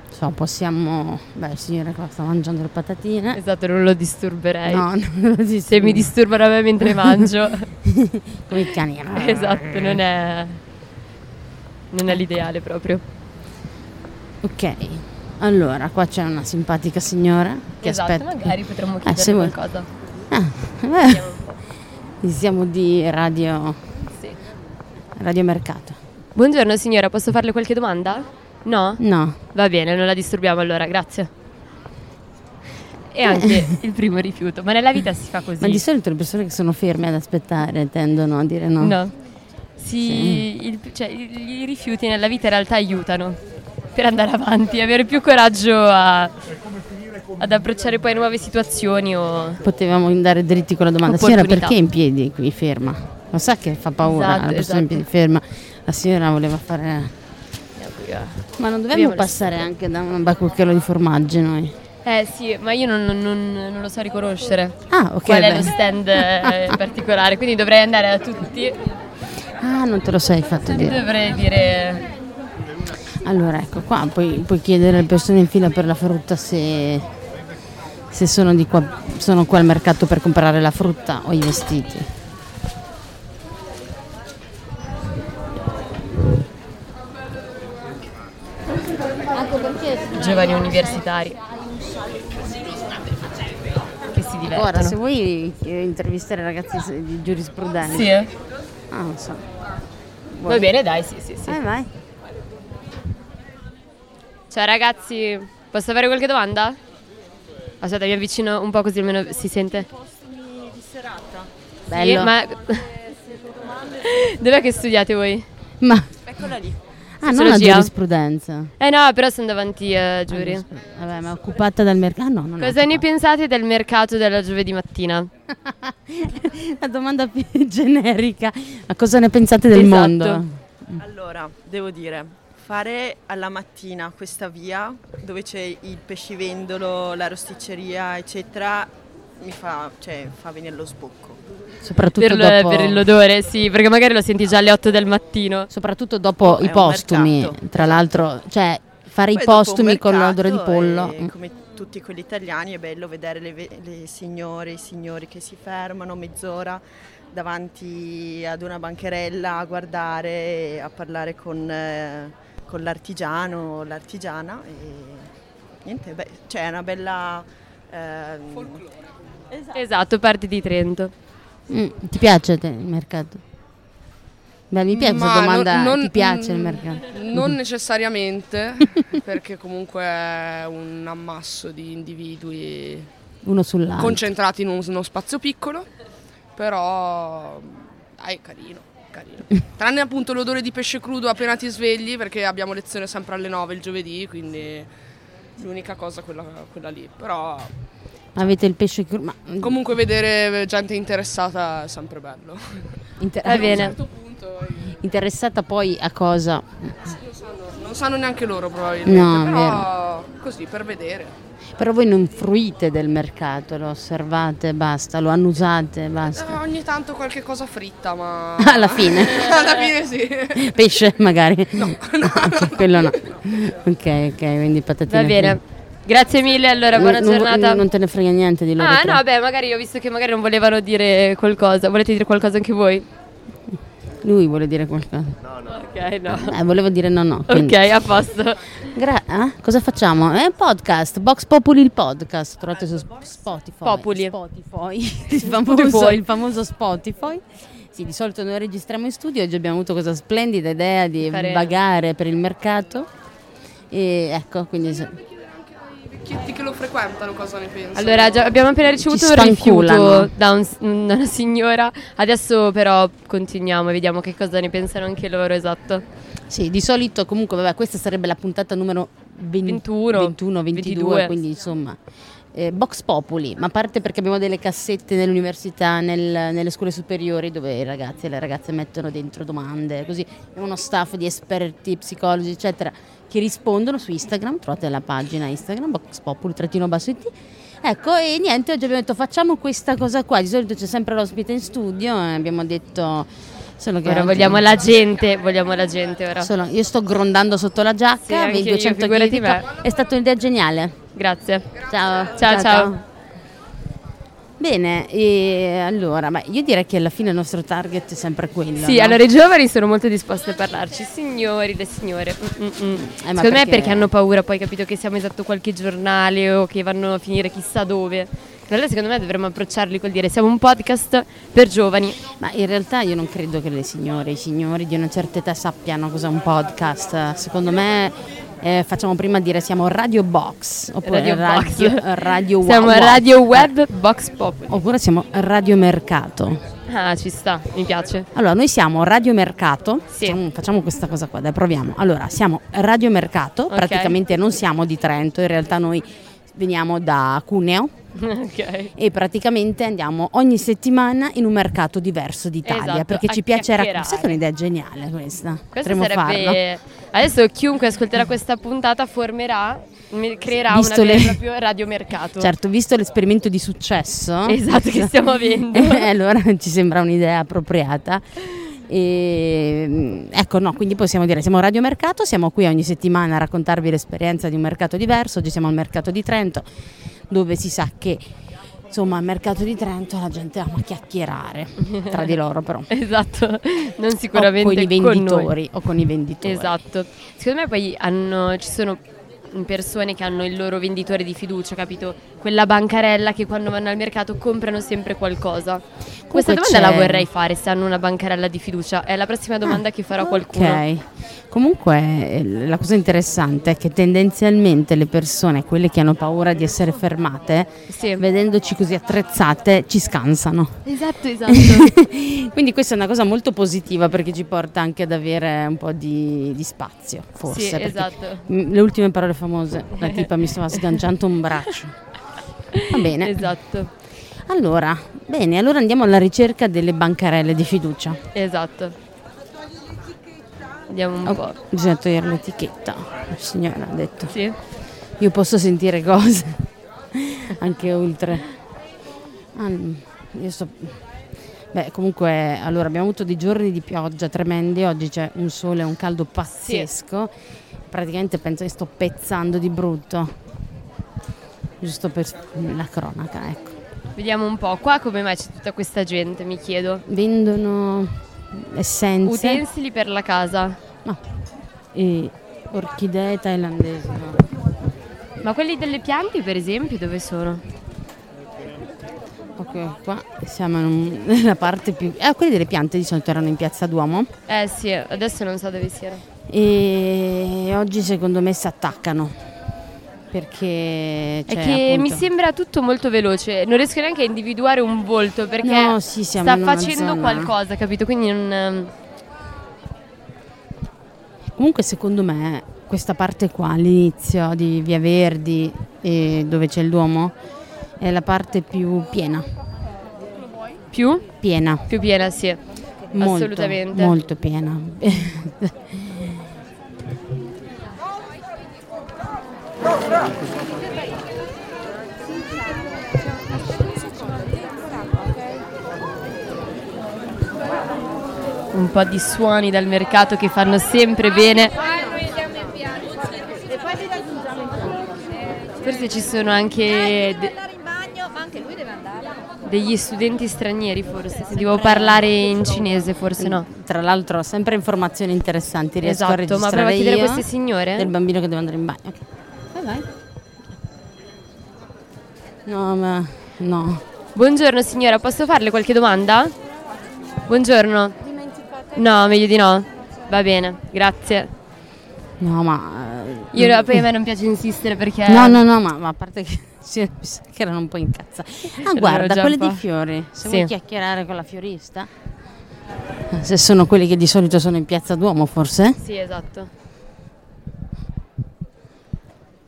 Speaker 2: So, possiamo. Beh, il signore qua sta mangiando le patatine.
Speaker 3: Esatto, non lo disturberei.
Speaker 2: No, Ah. no, sì,
Speaker 3: Se mi disturbano a me mentre mangio.
Speaker 2: Come i cani.
Speaker 3: esatto, non è... Non è l'ideale proprio.
Speaker 2: Ok. Allora, qua c'è una simpatica signora che
Speaker 3: esatto,
Speaker 2: aspetta.
Speaker 3: magari potremmo
Speaker 2: Eh,
Speaker 3: chiedere
Speaker 2: se vuoi.
Speaker 3: qualcosa.
Speaker 2: Ah, beh,
Speaker 3: Vediamo un po'.
Speaker 2: siamo di radio,
Speaker 3: Sì.
Speaker 2: radio mercato.
Speaker 3: Buongiorno signora, posso farle qualche domanda? No?
Speaker 2: No,
Speaker 3: Va bene, non la disturbiamo allora, grazie. E anche il primo rifiuto, ma nella vita si fa così.
Speaker 2: ma di solito le persone che sono ferme ad aspettare tendono a dire no.
Speaker 3: No. Si, il- cioè, i, i rifiuti nella vita in realtà aiutano per andare avanti, avere più coraggio a- ad approcciare poi nuove situazioni o...
Speaker 2: Potevamo andare dritti con la domanda. Signora,
Speaker 3: Opportunità.
Speaker 2: perché in piedi qui ferma? Lo sa che fa paura
Speaker 3: Esatto,
Speaker 2: la persona in
Speaker 3: esatto.
Speaker 2: piedi ferma. La signora voleva fare. Ma non dovremmo
Speaker 3: Abbiamo le
Speaker 2: passare anche da un bacucchelo di formaggi noi?
Speaker 3: Eh sì, ma io non, non- non- non lo so riconoscere.
Speaker 2: Ah, ok. Ah,
Speaker 3: Qual è lo
Speaker 2: bene.
Speaker 3: stand eh, particolare? Quindi dovrei andare a tutti.
Speaker 2: Ah, non te lo sei fatto dire.
Speaker 3: Dovrei dire.
Speaker 2: Allora, ecco qua, puoi, puoi chiedere alle persone in fila per la frutta se, se sono, di qua, sono qua al mercato per comprare la frutta o i vestiti. Anche perché
Speaker 3: giovani universitari che
Speaker 2: Ora,
Speaker 3: si
Speaker 2: se
Speaker 3: divertono.
Speaker 2: vuoi eh, intervistare ragazzi s- di giurisprudenza,
Speaker 3: Sì, eh.
Speaker 2: ah, non so.
Speaker 3: Va bene, dai, sì, sì, sì.
Speaker 2: Eh, vai.
Speaker 3: Ciao ragazzi, posso avere qualche domanda? Aspetta, mi avvicino un po' così almeno si sente.
Speaker 2: Bello.
Speaker 3: Sì, ma... Dov'è che studiate voi?
Speaker 2: Ma-
Speaker 6: Eccola lì.
Speaker 2: Ah, non la
Speaker 3: Sociologia.
Speaker 2: giurisprudenza. Ah,
Speaker 3: Eh no, però sono davanti a giuri.
Speaker 2: Vabbè, ma occupata dal mercato? No, non è
Speaker 3: Cosa ne
Speaker 2: occupata.
Speaker 3: pensate del mercato della giovedì mattina?
Speaker 2: La domanda più generica. Ma cosa ne pensate del
Speaker 3: Esatto.
Speaker 2: mondo?
Speaker 6: Allora, devo dire, fare alla mattina questa via dove c'è il pescivendolo, la rosticceria, eccetera, mi fa, cioè, fa venire lo sbocco.
Speaker 2: Soprattutto
Speaker 3: Per, l-
Speaker 2: dopo,
Speaker 3: per l'odore, sì, perché magari lo senti già alle 8 del mattino.
Speaker 2: soprattutto dopo
Speaker 6: È
Speaker 2: i
Speaker 6: un
Speaker 2: postumi.
Speaker 6: mercato.
Speaker 2: Tra l'altro, cioè, fare
Speaker 6: Poi
Speaker 2: i
Speaker 6: dopo un
Speaker 2: postumi con
Speaker 6: mercato
Speaker 2: l'odore di pollo.
Speaker 6: e come tutti quelli italiani è bello vedere le, ve- le signore, i signori che si fermano mezz'ora davanti ad una bancherella a guardare, a parlare con, eh, con l'artigiano, l'artigiana e niente, beh, cioè è una bella... ehm,
Speaker 3: Esatto, parte di Trento.
Speaker 2: Mm, ti piace te, il mercato? Beh, mi piace
Speaker 7: Ma
Speaker 2: questa domanda.
Speaker 7: non- non-
Speaker 2: ti piace il
Speaker 7: mm,
Speaker 2: mercato?
Speaker 7: Non necessariamente, perché comunque è un ammasso di individui
Speaker 2: Uno sull'altro.
Speaker 7: concentrati in un- uno spazio piccolo, però dai, è carino, carino. Tranne appunto l'odore di pesce crudo appena ti svegli, perché abbiamo lezione sempre alle 9 il giovedì, quindi l'unica cosa quella, quella lì. Però
Speaker 2: Avete il pesce crudo. Ma
Speaker 7: comunque vedere gente interessata è sempre bello.
Speaker 2: inter-
Speaker 3: Va bene.
Speaker 2: Interessata poi a cosa?
Speaker 7: Non sanno neanche loro probabilmente,
Speaker 2: No, è
Speaker 7: però così per vedere.
Speaker 2: Però voi non fruite del mercato, lo osservate, basta, lo annusate,
Speaker 7: Eh,
Speaker 2: basta.
Speaker 7: ogni tanto qualche cosa fritta, ma...
Speaker 2: Alla fine.
Speaker 7: Alla fine sì.
Speaker 2: Pesce magari. Quello no. Ok, ok, quindi patatine.
Speaker 3: Va bene. Grazie mille,
Speaker 2: fritte.
Speaker 3: allora, buona
Speaker 2: Non- non-
Speaker 3: giornata.
Speaker 2: Non te ne frega niente di loro.
Speaker 3: Ah
Speaker 2: tre.
Speaker 3: no, beh, magari ho visto che magari non volevano dire qualcosa. Volete dire qualcosa anche voi?
Speaker 2: Lui vuole dire qualcosa.
Speaker 3: Ok, no.
Speaker 2: Eh, volevo dire no, no.
Speaker 3: Ok,
Speaker 2: quindi-
Speaker 3: a posto.
Speaker 2: Gra- eh? Cosa facciamo? È un podcast, Box Populi il podcast, trovate su Sp- Spotify.
Speaker 3: Populi.
Speaker 2: Spotify. Il famoso, il famoso Spotify. Sì, di solito noi registriamo in studio, oggi abbiamo avuto questa splendida idea di
Speaker 3: Fare-
Speaker 2: vagare per il mercato. E ecco, quindi se-
Speaker 7: Vecchietti che lo frequentano cosa ne pensano?
Speaker 3: Allora, già abbiamo appena ricevuto un
Speaker 2: spanculano.
Speaker 3: rifiuto da, un- da una signora. Adesso però continuiamo e vediamo che cosa ne pensano anche loro, esatto.
Speaker 2: sì, di solito comunque, vabbè, questa sarebbe la puntata numero
Speaker 3: 21,
Speaker 2: 21 22,
Speaker 3: 22.
Speaker 2: quindi insomma. eh, Box Populi, ma a parte perché abbiamo delle cassette nell'università, nel- nelle scuole superiori dove i ragazzi e le ragazze mettono dentro domande, così è uno staff di esperti, psicologi, eccetera, che rispondono su Instagram, trovate la pagina Instagram, Box Populi, trattino basso IT. Ecco, e niente, oggi abbiamo detto facciamo questa cosa qua, di solito c'è sempre l'ospite in studio e abbiamo detto solo che...
Speaker 3: Ora
Speaker 2: oggi-
Speaker 3: vogliamo la gente, vogliamo la gente ora.
Speaker 2: Solo- io sto grondando sotto la
Speaker 3: Certo. Sì,
Speaker 2: giacca,
Speaker 3: anche
Speaker 2: avevi
Speaker 3: io,
Speaker 2: 200 kg
Speaker 3: figurati
Speaker 2: di
Speaker 3: me.
Speaker 2: ca- È stata un'idea geniale.
Speaker 3: Grazie.
Speaker 2: Ciao,
Speaker 3: Ciao, ciao.
Speaker 2: Bene, e allora, ma io direi che alla fine il nostro target è sempre quello.
Speaker 3: Sì,
Speaker 2: no?
Speaker 3: allora i giovani sono molto disposti a parlarci, signori, le signore. Mm, mm, mm. Secondo me è
Speaker 2: Eh, perché-
Speaker 3: perché hanno paura, poi capito che siamo esatto qualche giornale o che vanno a finire chissà dove. In realtà secondo me dovremmo approcciarli col dire siamo un podcast per giovani.
Speaker 2: Ma in realtà io non credo che le signore, i signori di una certa età sappiano cos'è un podcast. Secondo me eh, facciamo prima dire siamo Radio Box, oppure Radio,
Speaker 3: Box.
Speaker 2: radio
Speaker 3: Siamo
Speaker 2: Wa- Eh. Wa-
Speaker 3: Radio Web Box Pop.
Speaker 2: Oppure siamo Radio Mercato.
Speaker 3: Ah, ci sta, mi piace.
Speaker 2: Allora, noi siamo Radio Mercato.
Speaker 3: Sì.
Speaker 2: Facciamo, facciamo questa cosa qua, dai, proviamo. Allora, siamo Radio Mercato,
Speaker 3: Ok.
Speaker 2: praticamente non siamo di Trento, in realtà noi veniamo da Cuneo
Speaker 3: ok.
Speaker 2: e praticamente andiamo ogni settimana in un mercato diverso d'Italia
Speaker 3: Esatto,
Speaker 2: perché ci
Speaker 3: a
Speaker 2: piace
Speaker 3: chiacchierare.
Speaker 2: Sai che è un'idea geniale questa?
Speaker 3: Questo
Speaker 2: Potremmo farlo.
Speaker 3: sarebbe Adesso chiunque ascolterà questa puntata formerà, mi- creerà
Speaker 2: Visto
Speaker 3: una vera
Speaker 2: le-
Speaker 3: e propria radiomercato.
Speaker 2: Certo, visto l'esperimento di successo
Speaker 3: Esatto, che stiamo avendo.
Speaker 2: Eh, allora ci sembra un'idea appropriata. E, mm, ecco, no, quindi possiamo dire siamo Radio Mercato, siamo qui ogni settimana a raccontarvi l'esperienza di un mercato diverso, oggi siamo al mercato di Trento, dove si sa che insomma al mercato di Trento la gente ama chiacchierare tra di loro però. O
Speaker 3: Esatto, non sicuramente
Speaker 2: con i
Speaker 3: noi.
Speaker 2: venditori o con i venditori.
Speaker 3: Esatto. Secondo me poi hanno- ci sono persone che hanno il loro venditore di fiducia, capito? quella bancarella che quando vanno al mercato comprano sempre qualcosa.
Speaker 2: Comunque
Speaker 3: Questa domanda
Speaker 2: c'è- Ah,
Speaker 3: la vorrei fare se hanno una bancarella di fiducia. È la prossima domanda che farò a qualcuno.
Speaker 2: Ok. Comunque eh, la cosa interessante è che tendenzialmente le persone, quelle che hanno paura di essere fermate,
Speaker 3: Sì.
Speaker 2: vedendoci così attrezzate, ci scansano.
Speaker 3: Esatto, esatto.
Speaker 2: Quindi questa è una cosa molto positiva perché ci porta anche ad avere un po' di, di spazio, forse.
Speaker 3: sì,
Speaker 2: perché-
Speaker 3: esatto.
Speaker 2: Mm, Le ultime parole famose, la tipa mi stava sganciando un braccio. Va bene.
Speaker 3: Esatto,
Speaker 2: Allora, bene, allora andiamo alla ricerca delle bancarelle di fiducia.
Speaker 3: esatto. Vediamo un
Speaker 2: Oh,
Speaker 3: po'.
Speaker 2: bisogna togliere l'etichetta, la signora ha detto.
Speaker 3: Sì.
Speaker 2: Io posso sentire cose, anche oltre. Ah, mm, io so- Beh, comunque, allora abbiamo avuto dei giorni di pioggia tremendi, oggi c'è un sole e un caldo pazzesco. Praticamente penso che sto pezzando di brutto. Giusto per la cronaca, ecco.
Speaker 3: Vediamo un po'. Qua come mai c'è tutta questa gente, mi chiedo.
Speaker 2: Vendono essenze
Speaker 3: Utensili per la casa.
Speaker 2: no, e orchidee thailandesi. no.
Speaker 3: Ma quelli delle piante, per esempio, dove sono?
Speaker 2: Ok, qua siamo in un- nella parte più... Ah, quelle delle piante di solito erano in piazza Duomo
Speaker 3: Eh sì, adesso non so dove siano.
Speaker 2: e oggi secondo me si attaccano perché...
Speaker 3: È
Speaker 2: cioè,
Speaker 3: che mi
Speaker 2: appunto-
Speaker 3: sembra tutto molto veloce, non riesco neanche a individuare un volto perché
Speaker 2: No, sì, siamo
Speaker 3: sta
Speaker 2: in una
Speaker 3: facendo
Speaker 2: zona-
Speaker 3: qualcosa, capito? Quindi non... ehm,
Speaker 2: Comunque secondo me questa parte qua, l'inizio di Via Verdi e dove c'è il Duomo, è la parte più piena,
Speaker 3: Più?
Speaker 2: piena.
Speaker 3: Più piena, sì.
Speaker 2: Molto,
Speaker 3: Assolutamente.
Speaker 2: Molto piena.
Speaker 3: Un po' di suoni dal mercato che fanno sempre bene. Forse ci sono anche de- degli studenti stranieri, forse. Sentivo parlare in cinese, forse no.
Speaker 2: Tra l'altro sempre informazioni interessanti, riesco a
Speaker 3: Esatto, ma
Speaker 2: registrare
Speaker 3: prova a chiedere a
Speaker 2: io
Speaker 3: queste signore. Ah,
Speaker 2: del bambino che deve andare in bagno. Ok. Vai, vai. No, ma no.
Speaker 3: Buongiorno signora, posso farle qualche domanda? Buongiorno. No, meglio di no. Va bene, grazie.
Speaker 2: No, ma eh,
Speaker 3: Io poi a me non piace insistere perché
Speaker 2: No, no, no, ma, ma a parte che sì, mi sa che erano un po' incazzate. Ah,
Speaker 3: Erano
Speaker 2: guarda,
Speaker 3: già
Speaker 2: quelle
Speaker 3: un po'.
Speaker 2: di fiori. Se
Speaker 3: Sì.
Speaker 2: vuoi chiacchierare con la fiorista. Se sono quelli che di solito sono in Piazza Duomo, forse?
Speaker 3: Sì, esatto.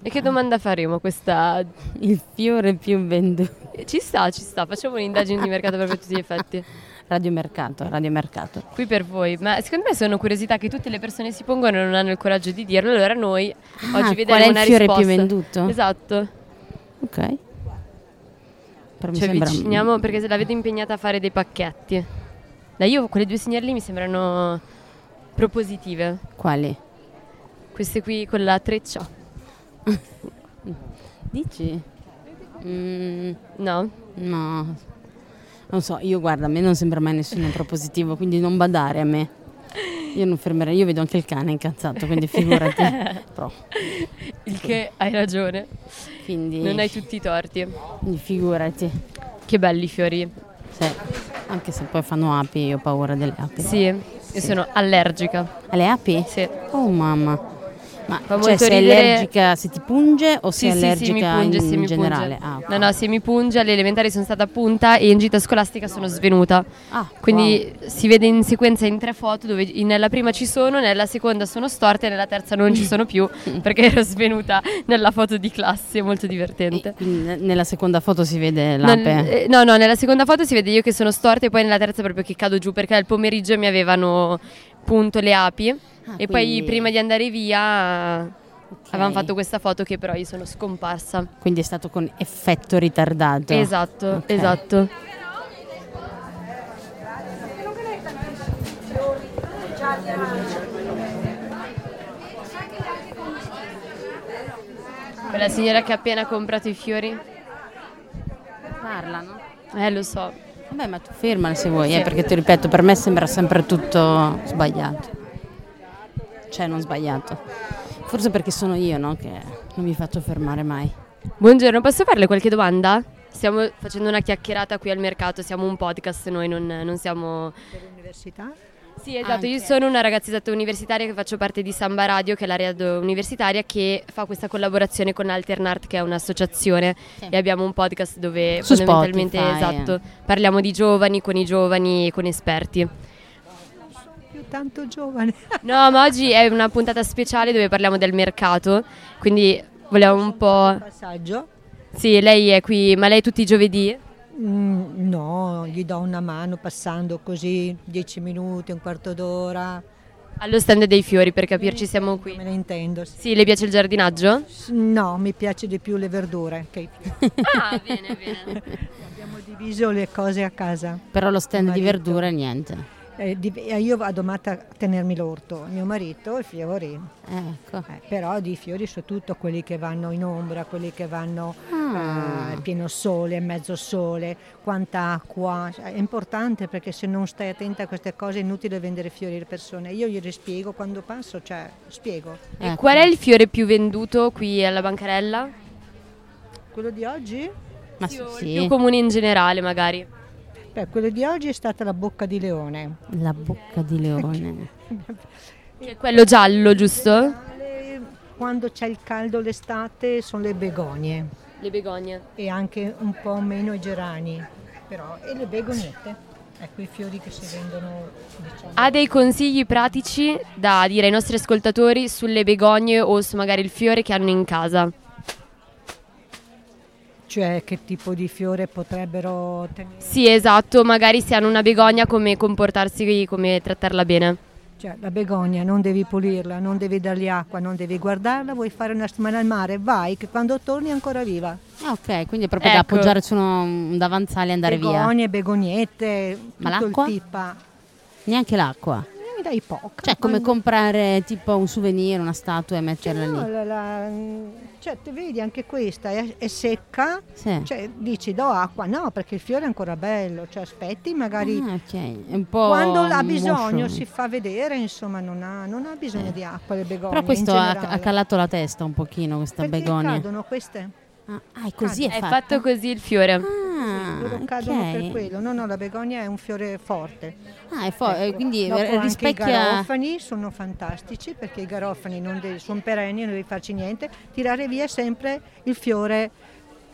Speaker 3: E che domanda faremo questa
Speaker 2: Il fiore più venduto.
Speaker 3: Ci sta, ci sta, facciamo un'indagine di mercato proprio a tutti gli effetti.
Speaker 2: Radiomercato, radiomercato.
Speaker 3: Qui per voi, ma secondo me sono curiosità che tutte le persone si pongono e non hanno il coraggio di dirlo, allora noi
Speaker 2: Ah, qual
Speaker 3: oggi vedremo
Speaker 2: è il
Speaker 3: una
Speaker 2: fiore
Speaker 3: risposta.
Speaker 2: più venduto?
Speaker 3: Esatto.
Speaker 2: Ok. Però mi
Speaker 3: Ci
Speaker 2: sembra-
Speaker 3: avviciniamo perché se la vedo impegnata a fare dei pacchetti. Dai, io quelle due signore lì mi sembrano propositive.
Speaker 2: Quali?
Speaker 3: Queste qui con la treccia.
Speaker 2: Dici? Mm,
Speaker 3: No?
Speaker 2: no. Non so, io guarda, a me non sembra mai nessuno propositivo, quindi non badare a me. Io non fermerei, io vedo anche il cane incazzato, Certo, quindi figurati. Però,
Speaker 3: Il che hai ragione.
Speaker 2: quindi,
Speaker 3: Non hai tutti i torti.
Speaker 2: quindi figurati.
Speaker 3: Che belli i fiori.
Speaker 2: Cioè, anche se poi fanno api, io ho paura delle api.
Speaker 3: Sì, io sono allergica.
Speaker 2: Alle api?
Speaker 3: Sì.
Speaker 2: Oh mamma. Ma
Speaker 3: Fa
Speaker 2: cioè,
Speaker 3: molto
Speaker 2: sei
Speaker 3: ridere-
Speaker 2: allergica se ti punge o
Speaker 3: Sì,
Speaker 2: sei
Speaker 3: sì, sì, mi
Speaker 2: allergica
Speaker 3: punge,
Speaker 2: in
Speaker 3: sì, mi
Speaker 2: generale?
Speaker 3: punge.
Speaker 2: Ah, ok.
Speaker 3: No, no, se mi punge, alle elementari sono stata a punta e in gita scolastica sono svenuta.
Speaker 2: Ah,
Speaker 3: Quindi si vede in sequenza in tre foto dove i- nella prima ci sono, nella seconda sono storte e nella terza non ci sono più perché ero svenuta nella foto di classe, molto
Speaker 2: E
Speaker 3: divertente.
Speaker 2: quindi ne- nella seconda foto si vede
Speaker 3: Non-
Speaker 2: l'ape.
Speaker 3: eh, no, no, nella seconda foto si vede io che sono storta e poi nella terza proprio che cado giù perché al pomeriggio mi avevano punto le api
Speaker 2: Ah, quindi-
Speaker 3: e poi prima di andare via avevamo fatto questa foto che però io sono scomparsa.
Speaker 2: Quindi è stato con effetto ritardato.
Speaker 3: Esatto,
Speaker 2: Ok.
Speaker 3: esatto. Quella signora che ha appena comprato i fiori?
Speaker 2: Parlano.
Speaker 3: Eh, lo so.
Speaker 2: Vabbè, ma tu fermala se vuoi, eh, perché ti ripeto, per me sembra sempre tutto sbagliato. Cioè, non sbagliato. Forse perché sono io, no? Che non mi faccio fermare mai.
Speaker 3: Buongiorno, posso farle qualche domanda? Stiamo facendo una chiacchierata qui al mercato, siamo un podcast, noi non, non siamo...
Speaker 8: Dell'università?
Speaker 3: Sì, esatto, io
Speaker 8: Anche.
Speaker 3: sono una ragazzetta universitaria che faccio parte di Samba Radio, che è la radio universitaria che fa questa collaborazione con Alternart, che è un'associazione,
Speaker 2: Sì.
Speaker 3: e abbiamo un podcast dove
Speaker 2: Su
Speaker 3: fondamentalmente
Speaker 2: Spotify.
Speaker 3: esatto, parliamo di giovani, con i giovani e con esperti.
Speaker 8: Più tanto giovane.
Speaker 3: No, ma oggi è una puntata speciale dove parliamo del mercato, quindi volevamo un po'...
Speaker 8: Passaggio?
Speaker 3: Sì, lei è qui, ma lei tutti i giovedì?
Speaker 8: Mm, no, gli do una mano passando così 10 minuti, un quarto d'ora.
Speaker 3: Allo stand dei fiori, per capirci, siamo
Speaker 8: Me
Speaker 3: qui.
Speaker 8: ne intendo. sì.
Speaker 3: Sì, le piace il giardinaggio?
Speaker 8: S- No, mi piace di più le verdure. Che
Speaker 3: Ah, bene, bene.
Speaker 8: abbiamo diviso le cose a casa.
Speaker 2: Però lo stand di
Speaker 8: Marito.
Speaker 2: verdura niente.
Speaker 8: Eh, di- eh, io vado matta a tenermi l'orto, mio marito e i fiori.
Speaker 2: Ecco.
Speaker 8: Eh, però di fiori su tutto, quelli che vanno in ombra, quelli che vanno
Speaker 2: Ah.
Speaker 8: eh, pieno sole, mezzo sole, quanta acqua. Cioè, È importante perché se non stai attenta a queste cose è inutile vendere fiori alle persone. Io glieli spiego quando passo, cioè spiego.
Speaker 2: Ecco.
Speaker 3: Qual è il fiore più venduto qui alla bancarella?
Speaker 8: Quello di oggi?
Speaker 2: Ma
Speaker 3: Sì, o il
Speaker 2: sì,
Speaker 3: più comune in generale, magari.
Speaker 8: Beh, quello di oggi è stata la bocca di leone.
Speaker 2: la bocca di leone.
Speaker 3: Che è Cioè, quello giallo, giusto?
Speaker 8: Quando c'è il caldo l'estate sono le begonie
Speaker 3: Le begogne.
Speaker 8: e anche un po' meno i gerani, però e le begoniette. Ecco i fiori che si vendono diciamo.
Speaker 3: Ha dei consigli pratici da dire ai nostri ascoltatori sulle begogne o su magari il fiore che hanno in casa?
Speaker 8: Cioè che tipo di fiore potrebbero tenere?
Speaker 3: Sì, esatto, magari se hanno una begogna come comportarsi, come trattarla bene.
Speaker 8: Cioè la begonia non devi pulirla, non devi dargli acqua, non devi guardarla, vuoi fare una settimana al mare, vai che quando torni è ancora viva.
Speaker 2: Ah, ok, quindi è proprio da
Speaker 3: Ecco.
Speaker 2: appoggiare su uno- un davanzale e andare via.
Speaker 8: Begonie, begoniette,
Speaker 2: Ma
Speaker 8: tutto
Speaker 2: l'acqua?
Speaker 8: il tipa.
Speaker 2: Neanche l'acqua.
Speaker 8: Eh, Dai poca.
Speaker 2: Cioè, come
Speaker 8: quando-
Speaker 2: comprare tipo un souvenir, una statua e
Speaker 8: Cioè,
Speaker 2: metterla
Speaker 8: no,
Speaker 2: lì.
Speaker 8: la- la- cioè, tu vedi anche questa è, è secca,
Speaker 2: Sì.
Speaker 8: cioè, dici do acqua, no perché il fiore è ancora bello, cioè, aspetti magari
Speaker 2: Ah, ok. È un po'
Speaker 8: quando ha
Speaker 2: un
Speaker 8: bisogno
Speaker 2: motion.
Speaker 8: si fa vedere, insomma non ha, non ha bisogno
Speaker 2: Eh.
Speaker 8: di acqua le begonie.
Speaker 2: Però questo
Speaker 8: in
Speaker 2: ha,
Speaker 8: generale.
Speaker 2: ha calato la testa un pochino, questa
Speaker 8: Perché
Speaker 2: begonia.
Speaker 8: cadono queste?
Speaker 2: Ah, ah, è così è,
Speaker 3: È
Speaker 2: fatta.
Speaker 3: fatto così il fiore.
Speaker 2: Ah,
Speaker 8: Loro
Speaker 2: ok.
Speaker 8: cadono per quello, no no la begonia è un fiore forte.
Speaker 2: Ah, è fo- eh,
Speaker 8: Ecco.
Speaker 2: quindi
Speaker 8: Dopo
Speaker 2: eh,
Speaker 8: anche I
Speaker 2: rispecchia...
Speaker 8: garofani sono fantastici perché i garofani non sono perenni, non devi farci niente. Tirare via sempre il fiore,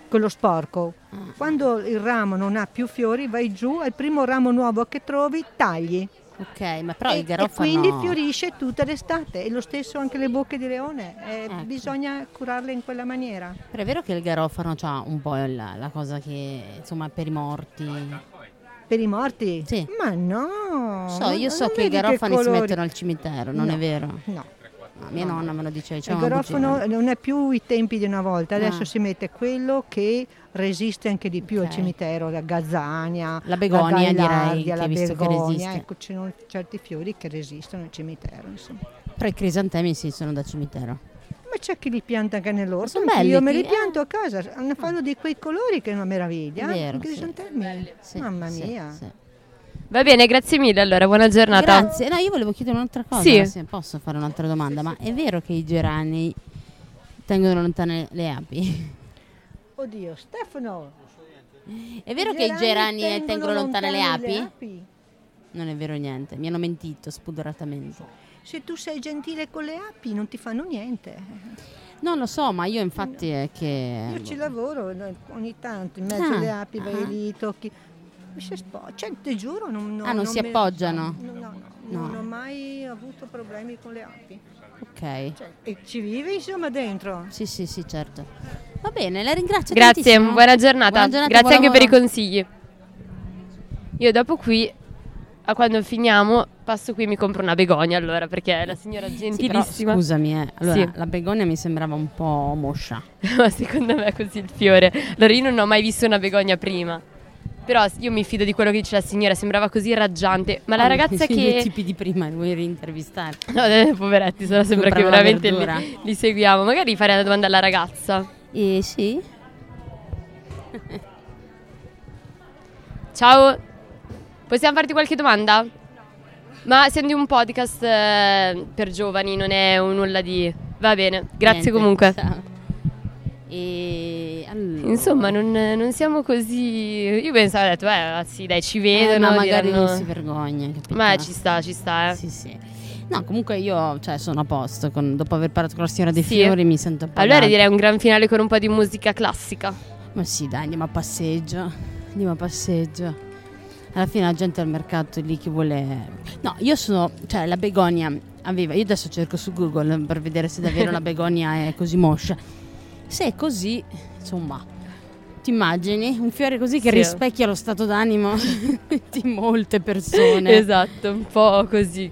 Speaker 8: quello sporco.
Speaker 2: Ah.
Speaker 8: Quando il ramo non ha più fiori, vai giù, al primo ramo nuovo che trovi, tagli.
Speaker 2: Ok, ma però
Speaker 8: e,
Speaker 2: il garofano...
Speaker 8: e quindi fiorisce tutta l'estate. E lo stesso anche le bocche di leone. eh,
Speaker 2: Ecco.
Speaker 8: Bisogna curarle in quella maniera.
Speaker 2: Però è vero che il garofano ha un po' la, la cosa che, insomma, per i morti...
Speaker 8: Per i morti?
Speaker 2: Sì.
Speaker 8: Ma no!
Speaker 2: so,
Speaker 8: ma
Speaker 2: io
Speaker 8: non
Speaker 2: so che i
Speaker 8: vedi
Speaker 2: garofani si
Speaker 8: colori-
Speaker 2: mettono al cimitero, non
Speaker 8: No,
Speaker 2: è vero?
Speaker 8: No.
Speaker 2: No, mia nonna me lo diceva, diceva
Speaker 8: Il
Speaker 2: una
Speaker 8: garofano
Speaker 2: bugia.
Speaker 8: non è più i tempi di una volta, adesso
Speaker 2: Ah.
Speaker 8: si mette quello che resiste anche di più
Speaker 2: Ok.
Speaker 8: al cimitero, la gazzania,
Speaker 2: La begonia
Speaker 8: la
Speaker 2: direi,
Speaker 8: gaillardia,
Speaker 2: che
Speaker 8: la
Speaker 2: hai visto che
Speaker 8: begonia,
Speaker 2: resiste.
Speaker 8: ecco ci sono certi fiori che resistono al cimitero insomma.
Speaker 2: Però i crisantemi sì, sono da cimitero.
Speaker 8: Ma c'è chi li pianta anche nell'orto,
Speaker 2: Sono
Speaker 8: anche
Speaker 2: belli
Speaker 8: io me
Speaker 2: chi-
Speaker 8: li
Speaker 2: eh.
Speaker 8: pianto a casa, hanno- fanno di quei colori che è una meraviglia,
Speaker 2: È vero,
Speaker 8: i
Speaker 2: sì.
Speaker 8: crisantemi,
Speaker 2: Sì,
Speaker 8: mamma
Speaker 2: sì,
Speaker 8: mia.
Speaker 2: sì.
Speaker 3: Va bene, grazie mille allora, buona giornata.
Speaker 2: Grazie, no, io volevo chiedere un'altra cosa,
Speaker 3: Sì.
Speaker 2: se posso fare un'altra domanda, ma è vero che i gerani tengono lontane le api?
Speaker 8: Oddio Stefano,
Speaker 2: È vero che i gerani eh, tengono lontane le api?
Speaker 8: api?
Speaker 2: Non è vero niente, mi hanno mentito spudoratamente.
Speaker 8: Se tu sei gentile con le api non ti fanno niente.
Speaker 2: Non lo so, ma io infatti è che...
Speaker 8: Io ci lavoro eh, ogni tanto in mezzo
Speaker 2: Ah,
Speaker 8: alle api, vai
Speaker 2: ah.
Speaker 8: lì, tocchi. Mi si spo- Cioè, ti giuro, non,
Speaker 2: Ah, non si
Speaker 8: me-
Speaker 2: appoggiano?
Speaker 8: No, no, no,
Speaker 2: No.
Speaker 8: non ho mai avuto problemi con le api.
Speaker 2: Ok.
Speaker 8: Cioè, e ci vivi insomma dentro.
Speaker 2: Sì, sì, sì, certo. Va bene, la ringrazio
Speaker 3: Grazie,
Speaker 2: tantissimo.
Speaker 3: buona giornata.
Speaker 2: Buona
Speaker 3: Grazie
Speaker 2: buon
Speaker 3: anche
Speaker 2: lavoro.
Speaker 3: per i consigli. Io dopo qui, a quando finiamo, passo qui e mi compro una begonia allora, perché la signora
Speaker 2: Sì, però,
Speaker 3: gentilissima.
Speaker 2: scusami, eh, allora,
Speaker 3: Sì.
Speaker 2: la begonia mi sembrava un po' moscia.
Speaker 3: Ma secondo me è così il fiore. Allora io non ho mai visto una begonia prima. Però io mi fido di quello che dice la signora, sembrava così raggiante. Ma la
Speaker 2: Ah,
Speaker 3: ragazza
Speaker 2: sì, I due
Speaker 3: che...
Speaker 2: tipi di prima, vuoi rintervistare?
Speaker 3: No, eh, poveretti, sennò sembra che
Speaker 2: Comprano la
Speaker 3: veramente
Speaker 2: verdura.
Speaker 3: li, li seguiamo. Magari fare una domanda alla ragazza.
Speaker 2: Eh sì.
Speaker 3: Ciao, possiamo farti qualche domanda? Ma senti un podcast eh, per giovani, non è un nulla di... Va bene, grazie
Speaker 2: Niente,
Speaker 3: comunque.
Speaker 2: ciao. E E allora-
Speaker 3: Insomma, non, non siamo così. Io pensavo, ho detto, beh, sì, dai, ci
Speaker 2: Eh,
Speaker 3: vedono.
Speaker 2: ma magari
Speaker 3: diranno-
Speaker 2: si vergogna. capito?
Speaker 3: Ma ci sta, ci sta, eh.
Speaker 2: Sì, sì. No, comunque io cioè, sono a posto. con- dopo aver parlato con la signora dei
Speaker 3: Sì.
Speaker 2: fiori mi sento un po'.
Speaker 3: Allora
Speaker 2: data.
Speaker 3: direi un gran finale con un po' di musica classica.
Speaker 2: Ma sì, dai, andiamo a passeggio. Andiamo a passeggio. Alla fine la gente al mercato è lì che vuole. No, io sono. cioè la begonia aveva. Io adesso cerco su Google per vedere se davvero la begonia è così moscia. Se è così, insomma. Ti immagini un fiore così che
Speaker 3: Sì.
Speaker 2: rispecchia lo stato d'animo di molte persone.
Speaker 3: Esatto, un po' così.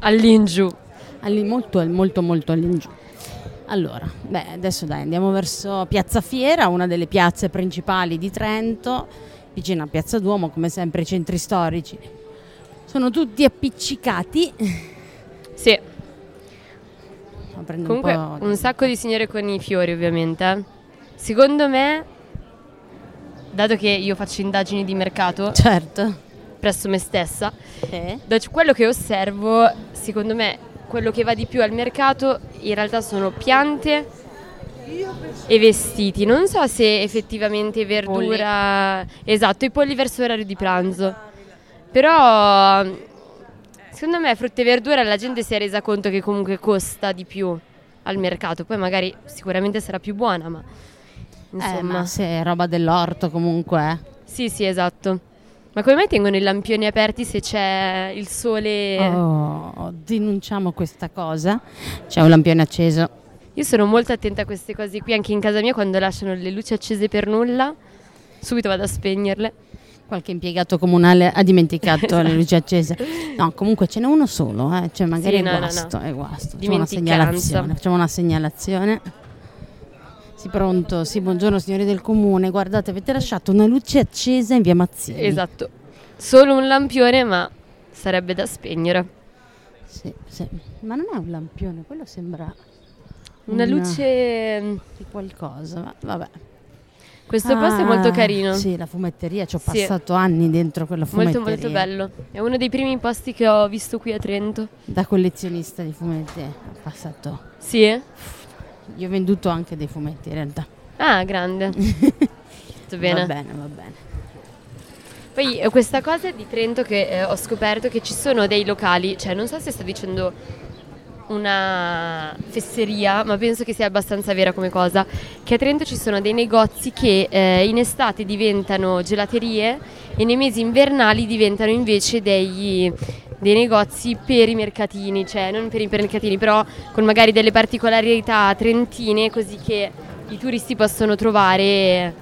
Speaker 3: All'ingiù.
Speaker 2: Allì- molto, molto, molto all'ingiù. Allora, beh, adesso dai, andiamo verso Piazza Fiera, una delle piazze principali di Trento, vicino a Piazza Duomo, come sempre i centri storici. Sono tutti appiccicati.
Speaker 3: Sì,
Speaker 2: Ma prendo un
Speaker 3: comunque
Speaker 2: po' di-
Speaker 3: un sacco di signore con i fiori, ovviamente. eh. Secondo me, dato che io faccio indagini di mercato
Speaker 2: Certo.
Speaker 3: presso me stessa,
Speaker 2: Eh?
Speaker 3: da c- quello che osservo, secondo me, quello che va di più al mercato in realtà sono piante e vestiti. Non so se effettivamente verdura. Esatto, i polli verso orario di pranzo. Però secondo me frutta e verdura la gente si è resa conto che comunque costa di più al mercato. Poi magari sicuramente sarà più buona, ma
Speaker 2: Eh,
Speaker 3: insomma.
Speaker 2: ma se è roba dell'orto comunque. eh.
Speaker 3: Sì, sì, esatto. Ma come mai tengono i lampioni aperti se c'è il sole?
Speaker 2: Oh, denunciamo questa cosa. C'è un lampione acceso.
Speaker 3: Io sono molto attenta a queste cose qui, anche in casa mia quando lasciano le luci accese per nulla, subito vado a spegnerle.
Speaker 2: Qualche impiegato comunale ha dimenticato le luci accese. No, comunque ce n'è uno solo, eh. cioè magari
Speaker 3: Sì, no,
Speaker 2: è
Speaker 3: no,
Speaker 2: guasto,
Speaker 3: no.
Speaker 2: è guasto. Facciamo una
Speaker 3: Dimenticanza.
Speaker 2: segnalazione. Facciamo una segnalazione. Sì, pronto. Sì, buongiorno signori del comune. Guardate, avete lasciato una luce accesa in via Mazzini.
Speaker 3: Esatto. Solo un lampione, ma sarebbe da spegnere.
Speaker 2: Sì, sì. Ma non è un lampione, quello sembra
Speaker 3: Una
Speaker 2: No.
Speaker 3: luce... mm,
Speaker 2: di qualcosa. ma vabbè.
Speaker 3: Questo posto è
Speaker 2: Ah,
Speaker 3: molto carino.
Speaker 2: Sì, la fumetteria, ci ho
Speaker 3: Sì.
Speaker 2: passato anni dentro quella
Speaker 3: Molto
Speaker 2: fumetteria.
Speaker 3: molto bello. È uno dei primi posti che ho visto qui a Trento.
Speaker 2: Da collezionista di fumetti, ho passato.
Speaker 3: Sì? eh?
Speaker 2: Io ho venduto anche dei fumetti in realtà.
Speaker 3: Ah, grande. Tutto
Speaker 2: Va
Speaker 3: bene.
Speaker 2: bene, va bene.
Speaker 3: Poi eh, questa cosa di Trento che eh, ho scoperto che ci sono dei locali, cioè non so se sto dicendo una fesseria, ma penso che sia abbastanza vera come cosa, che a Trento ci sono dei negozi che eh, in estate diventano gelaterie e nei mesi invernali diventano invece degli- dei negozi per i mercatini, cioè non per i mercatini, però con magari delle particolarità trentine così che i turisti possono trovare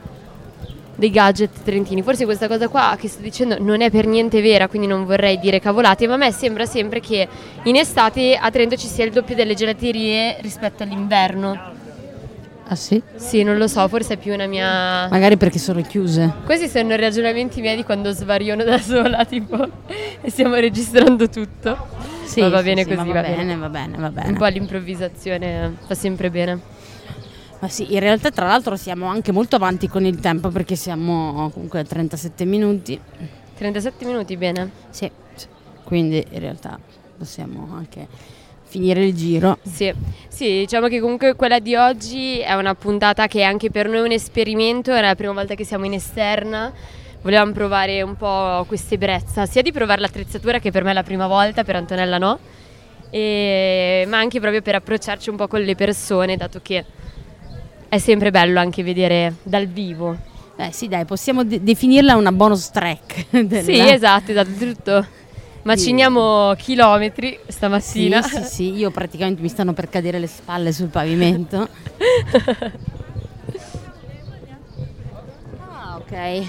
Speaker 3: dei gadget trentini. Forse questa cosa qua che sto dicendo non è per niente vera, quindi non vorrei dire cavolate, ma a me sembra sempre che in estate a Trento ci sia il doppio delle gelaterie rispetto all'inverno.
Speaker 2: Ah sì?
Speaker 3: Sì, non lo so, forse è più una mia...
Speaker 2: Magari perché sono chiuse.
Speaker 3: Questi sono ragionamenti miei di quando svariono da sola, tipo, e stiamo registrando tutto.
Speaker 2: Sì,
Speaker 3: Ma va
Speaker 2: sì,
Speaker 3: bene
Speaker 2: sì,
Speaker 3: così,
Speaker 2: ma
Speaker 3: va bene.
Speaker 2: va bene, va bene.
Speaker 3: Un po' l'improvvisazione fa sempre bene.
Speaker 2: Ma sì, in realtà tra l'altro siamo anche molto avanti con il tempo perché siamo comunque a 37 minuti.
Speaker 3: 37 minuti, bene.
Speaker 2: Sì, sì. quindi in realtà possiamo anche finire il giro.
Speaker 3: Sì. Sì, diciamo che comunque quella di oggi è una puntata che è anche per noi un esperimento, era la prima volta che siamo in esterna. Volevamo provare un po' questa ebbrezza, sia di provare l'attrezzatura che per me è la prima volta, per Antonella no, e- ma anche proprio per approcciarci un po' con le persone, dato che è sempre bello anche vedere dal vivo.
Speaker 2: Beh Eh, sì dai, possiamo de- definirla una bonus track. della-
Speaker 3: Sì, esatto, esatto, tutto. Maciniamo chilometri
Speaker 2: Sì,
Speaker 3: stamattina.
Speaker 2: sì, sì, io praticamente mi stanno per cadere le spalle sul pavimento. Ah, ok.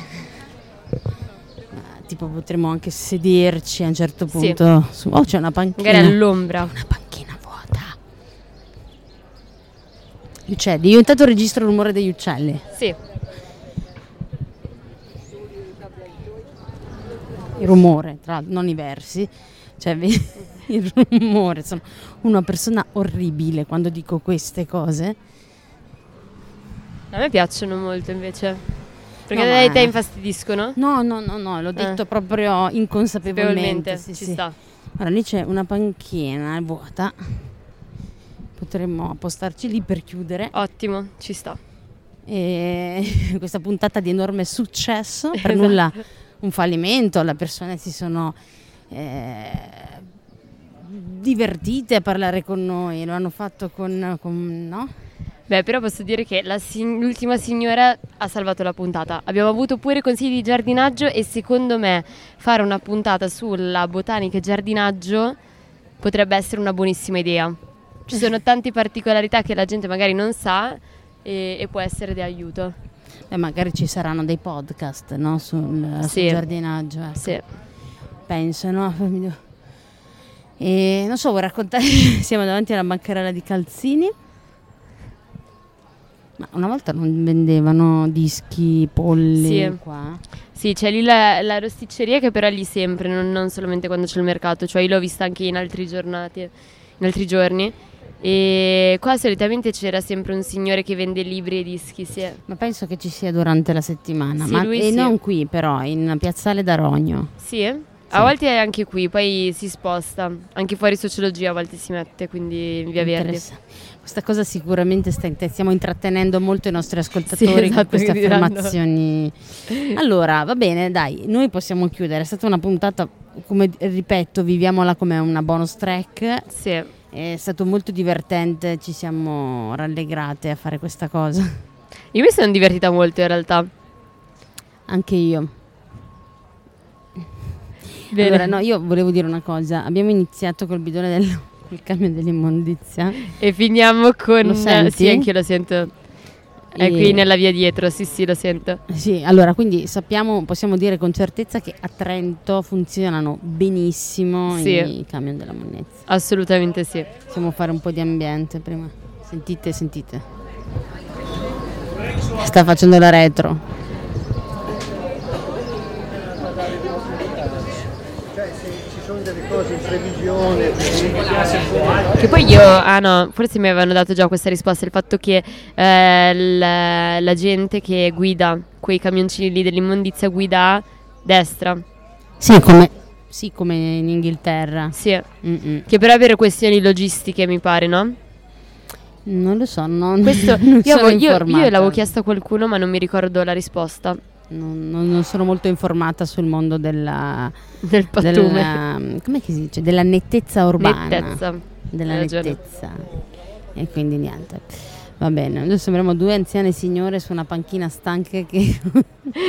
Speaker 2: Ma, tipo potremmo anche sederci a un certo
Speaker 3: Sì.
Speaker 2: punto. su- Oh, c'è una panchina.
Speaker 3: Magari all'ombra.
Speaker 2: Una panchina vuota. Uccelli. Io intanto registro il rumore degli uccelli.
Speaker 3: Sì.
Speaker 2: Il rumore, tra l'altro, non i versi. Cioè, vi- il rumore. Sono una persona orribile quando dico queste cose.
Speaker 3: A me piacciono molto invece. Perché
Speaker 2: No,
Speaker 3: dai,
Speaker 2: ma-
Speaker 3: te infastidiscono?
Speaker 2: No, no, no, no, l'ho detto proprio inconsapevolmente.
Speaker 3: Probabilmente,
Speaker 2: Sì,
Speaker 3: Eh. ci
Speaker 2: sì.
Speaker 3: sta.
Speaker 2: Allora, lì c'è una panchina eh, vuota. Potremmo appostarci lì per chiudere.
Speaker 3: Ottimo, ci sta.
Speaker 2: E questa puntata di enorme successo, per nulla un fallimento, le persone si sono eh, divertite a parlare con noi, lo hanno fatto con, con- no?
Speaker 3: Beh, però posso dire che la sig- l'ultima signora ha salvato la puntata. Abbiamo avuto pure consigli di giardinaggio e secondo me fare una puntata sulla botanica e giardinaggio potrebbe essere una buonissima idea. Ci sono tante particolarità che la gente magari non sa e, e può essere di aiuto.
Speaker 2: Beh, Eh, magari ci saranno dei podcast no? sul, sul
Speaker 3: Sì.
Speaker 2: giardinaggio. ecco.
Speaker 3: Sì.
Speaker 2: penso, no? E non so, vuoi raccontare? Siamo davanti alla bancarella di calzini. Ma una volta non vendevano dischi, polli
Speaker 3: Sì.
Speaker 2: qua.
Speaker 3: Sì, c'è lì la, la rosticceria che però è lì sempre, non, non solamente quando c'è il mercato, cioè io l'ho vista anche in altri giornate, in altri giorni. E qua solitamente c'era sempre un signore che vende libri e dischi, sì.
Speaker 2: Ma penso che ci sia durante la settimana.
Speaker 3: Sì,
Speaker 2: ma,
Speaker 3: lui
Speaker 2: e
Speaker 3: sì.
Speaker 2: non qui, però, in Piazzale d'Arogno.
Speaker 3: Sì, eh? a volte è anche qui, poi si sposta, anche fuori sociologia a volte si mette, quindi in via verde.
Speaker 2: Interessa- Questa cosa sicuramente sta int- stiamo intrattenendo molto i nostri ascoltatori
Speaker 3: esatto,
Speaker 2: con queste
Speaker 3: mi diranno.
Speaker 2: affermazioni. Allora, va bene, dai, noi possiamo chiudere. È stata una puntata, come ripeto, viviamola come una bonus track.
Speaker 3: Sì,
Speaker 2: È stato molto divertente, ci siamo rallegrate a fare questa cosa.
Speaker 3: io mi sono divertita molto in realtà.
Speaker 2: Anche io. Allora, no, io volevo dire una cosa. Abbiamo iniziato col bidone del col camion dell'immondizia.
Speaker 3: E finiamo con...
Speaker 2: Lo senti?
Speaker 3: Sì, anche io lo sento. È
Speaker 2: E-
Speaker 3: qui nella via dietro, sì, sì, lo sento.
Speaker 2: Sì, allora quindi sappiamo, possiamo dire con certezza che a Trento funzionano benissimo
Speaker 3: Sì.
Speaker 2: i camion della monnezza.
Speaker 3: Assolutamente sì.
Speaker 2: Possiamo fare un po' di ambiente prima. Sentite, sentite. Sta facendo la retro.
Speaker 3: Che poi io, ah no, forse mi avevano dato già questa risposta, il fatto che eh, la, la gente che guida quei camioncini lì dell'immondizia guida a destra,
Speaker 2: Sì, come, sì, come in Inghilterra.
Speaker 3: sì,
Speaker 2: Mm-mm.
Speaker 3: che però è per questioni logistiche mi pare, no?
Speaker 2: Non lo so, non,
Speaker 3: Questo,
Speaker 2: non
Speaker 3: io,
Speaker 2: sono
Speaker 3: avevo- io- io
Speaker 2: informata.
Speaker 3: l'avevo chiesto a qualcuno ma non mi ricordo la risposta
Speaker 2: Non, non- non sono molto informata sul mondo della,
Speaker 3: del pattume.
Speaker 2: della come si dice? Della nettezza urbana.
Speaker 3: Nettezza.
Speaker 2: Della
Speaker 3: Hai ragione.
Speaker 2: nettezza. E quindi niente. Va bene, noi sembriamo due anziane signore su una panchina stanche che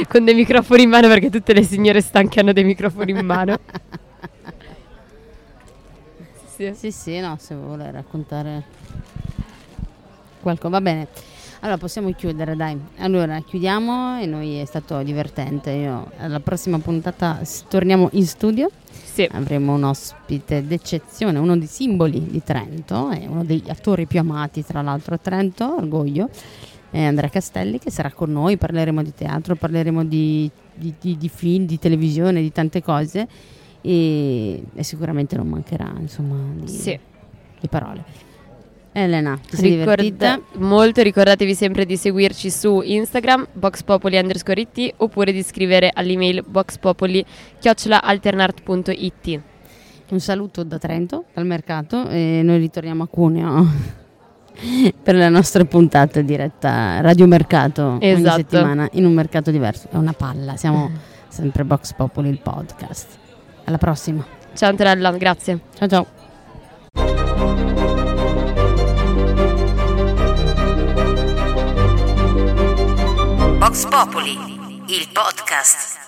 Speaker 3: Con dei microfoni in mano perché tutte le signore stanche hanno dei microfoni in mano. Sì.
Speaker 2: Sì, sì, no, se vuole raccontare qualcosa, va bene. Allora, possiamo chiudere, dai. Allora, chiudiamo e noi è stato divertente. Io, alla prossima puntata s- torniamo in studio.
Speaker 3: Sì.
Speaker 2: Avremo un ospite d'eccezione, uno dei simboli di Trento, è uno degli attori più amati, tra l'altro, a Trento, Orgoglio, è Andrea Castelli, che sarà con noi, parleremo di teatro, parleremo di, di- di- di film, di televisione, di tante cose e, e sicuramente non mancherà, insomma, di,
Speaker 3: Sì.
Speaker 2: di parole. Elena, ti sei
Speaker 3: Ricorda-
Speaker 2: divertita?
Speaker 3: Molto, ricordatevi sempre di seguirci su Instagram boxpopoli underscore it oppure di scrivere all'email boxpopoli alternart.it.
Speaker 2: Un saluto da Trento, dal mercato e noi ritorniamo a Cuneo per la nostra puntata diretta Radio Mercato ogni
Speaker 3: Esatto.
Speaker 2: settimana in un mercato diverso. È una palla, siamo sempre Box Popoli il podcast. Alla prossima.
Speaker 3: Ciao Antonella, grazie.
Speaker 2: Ciao ciao.
Speaker 1: Vox Populi, il podcast.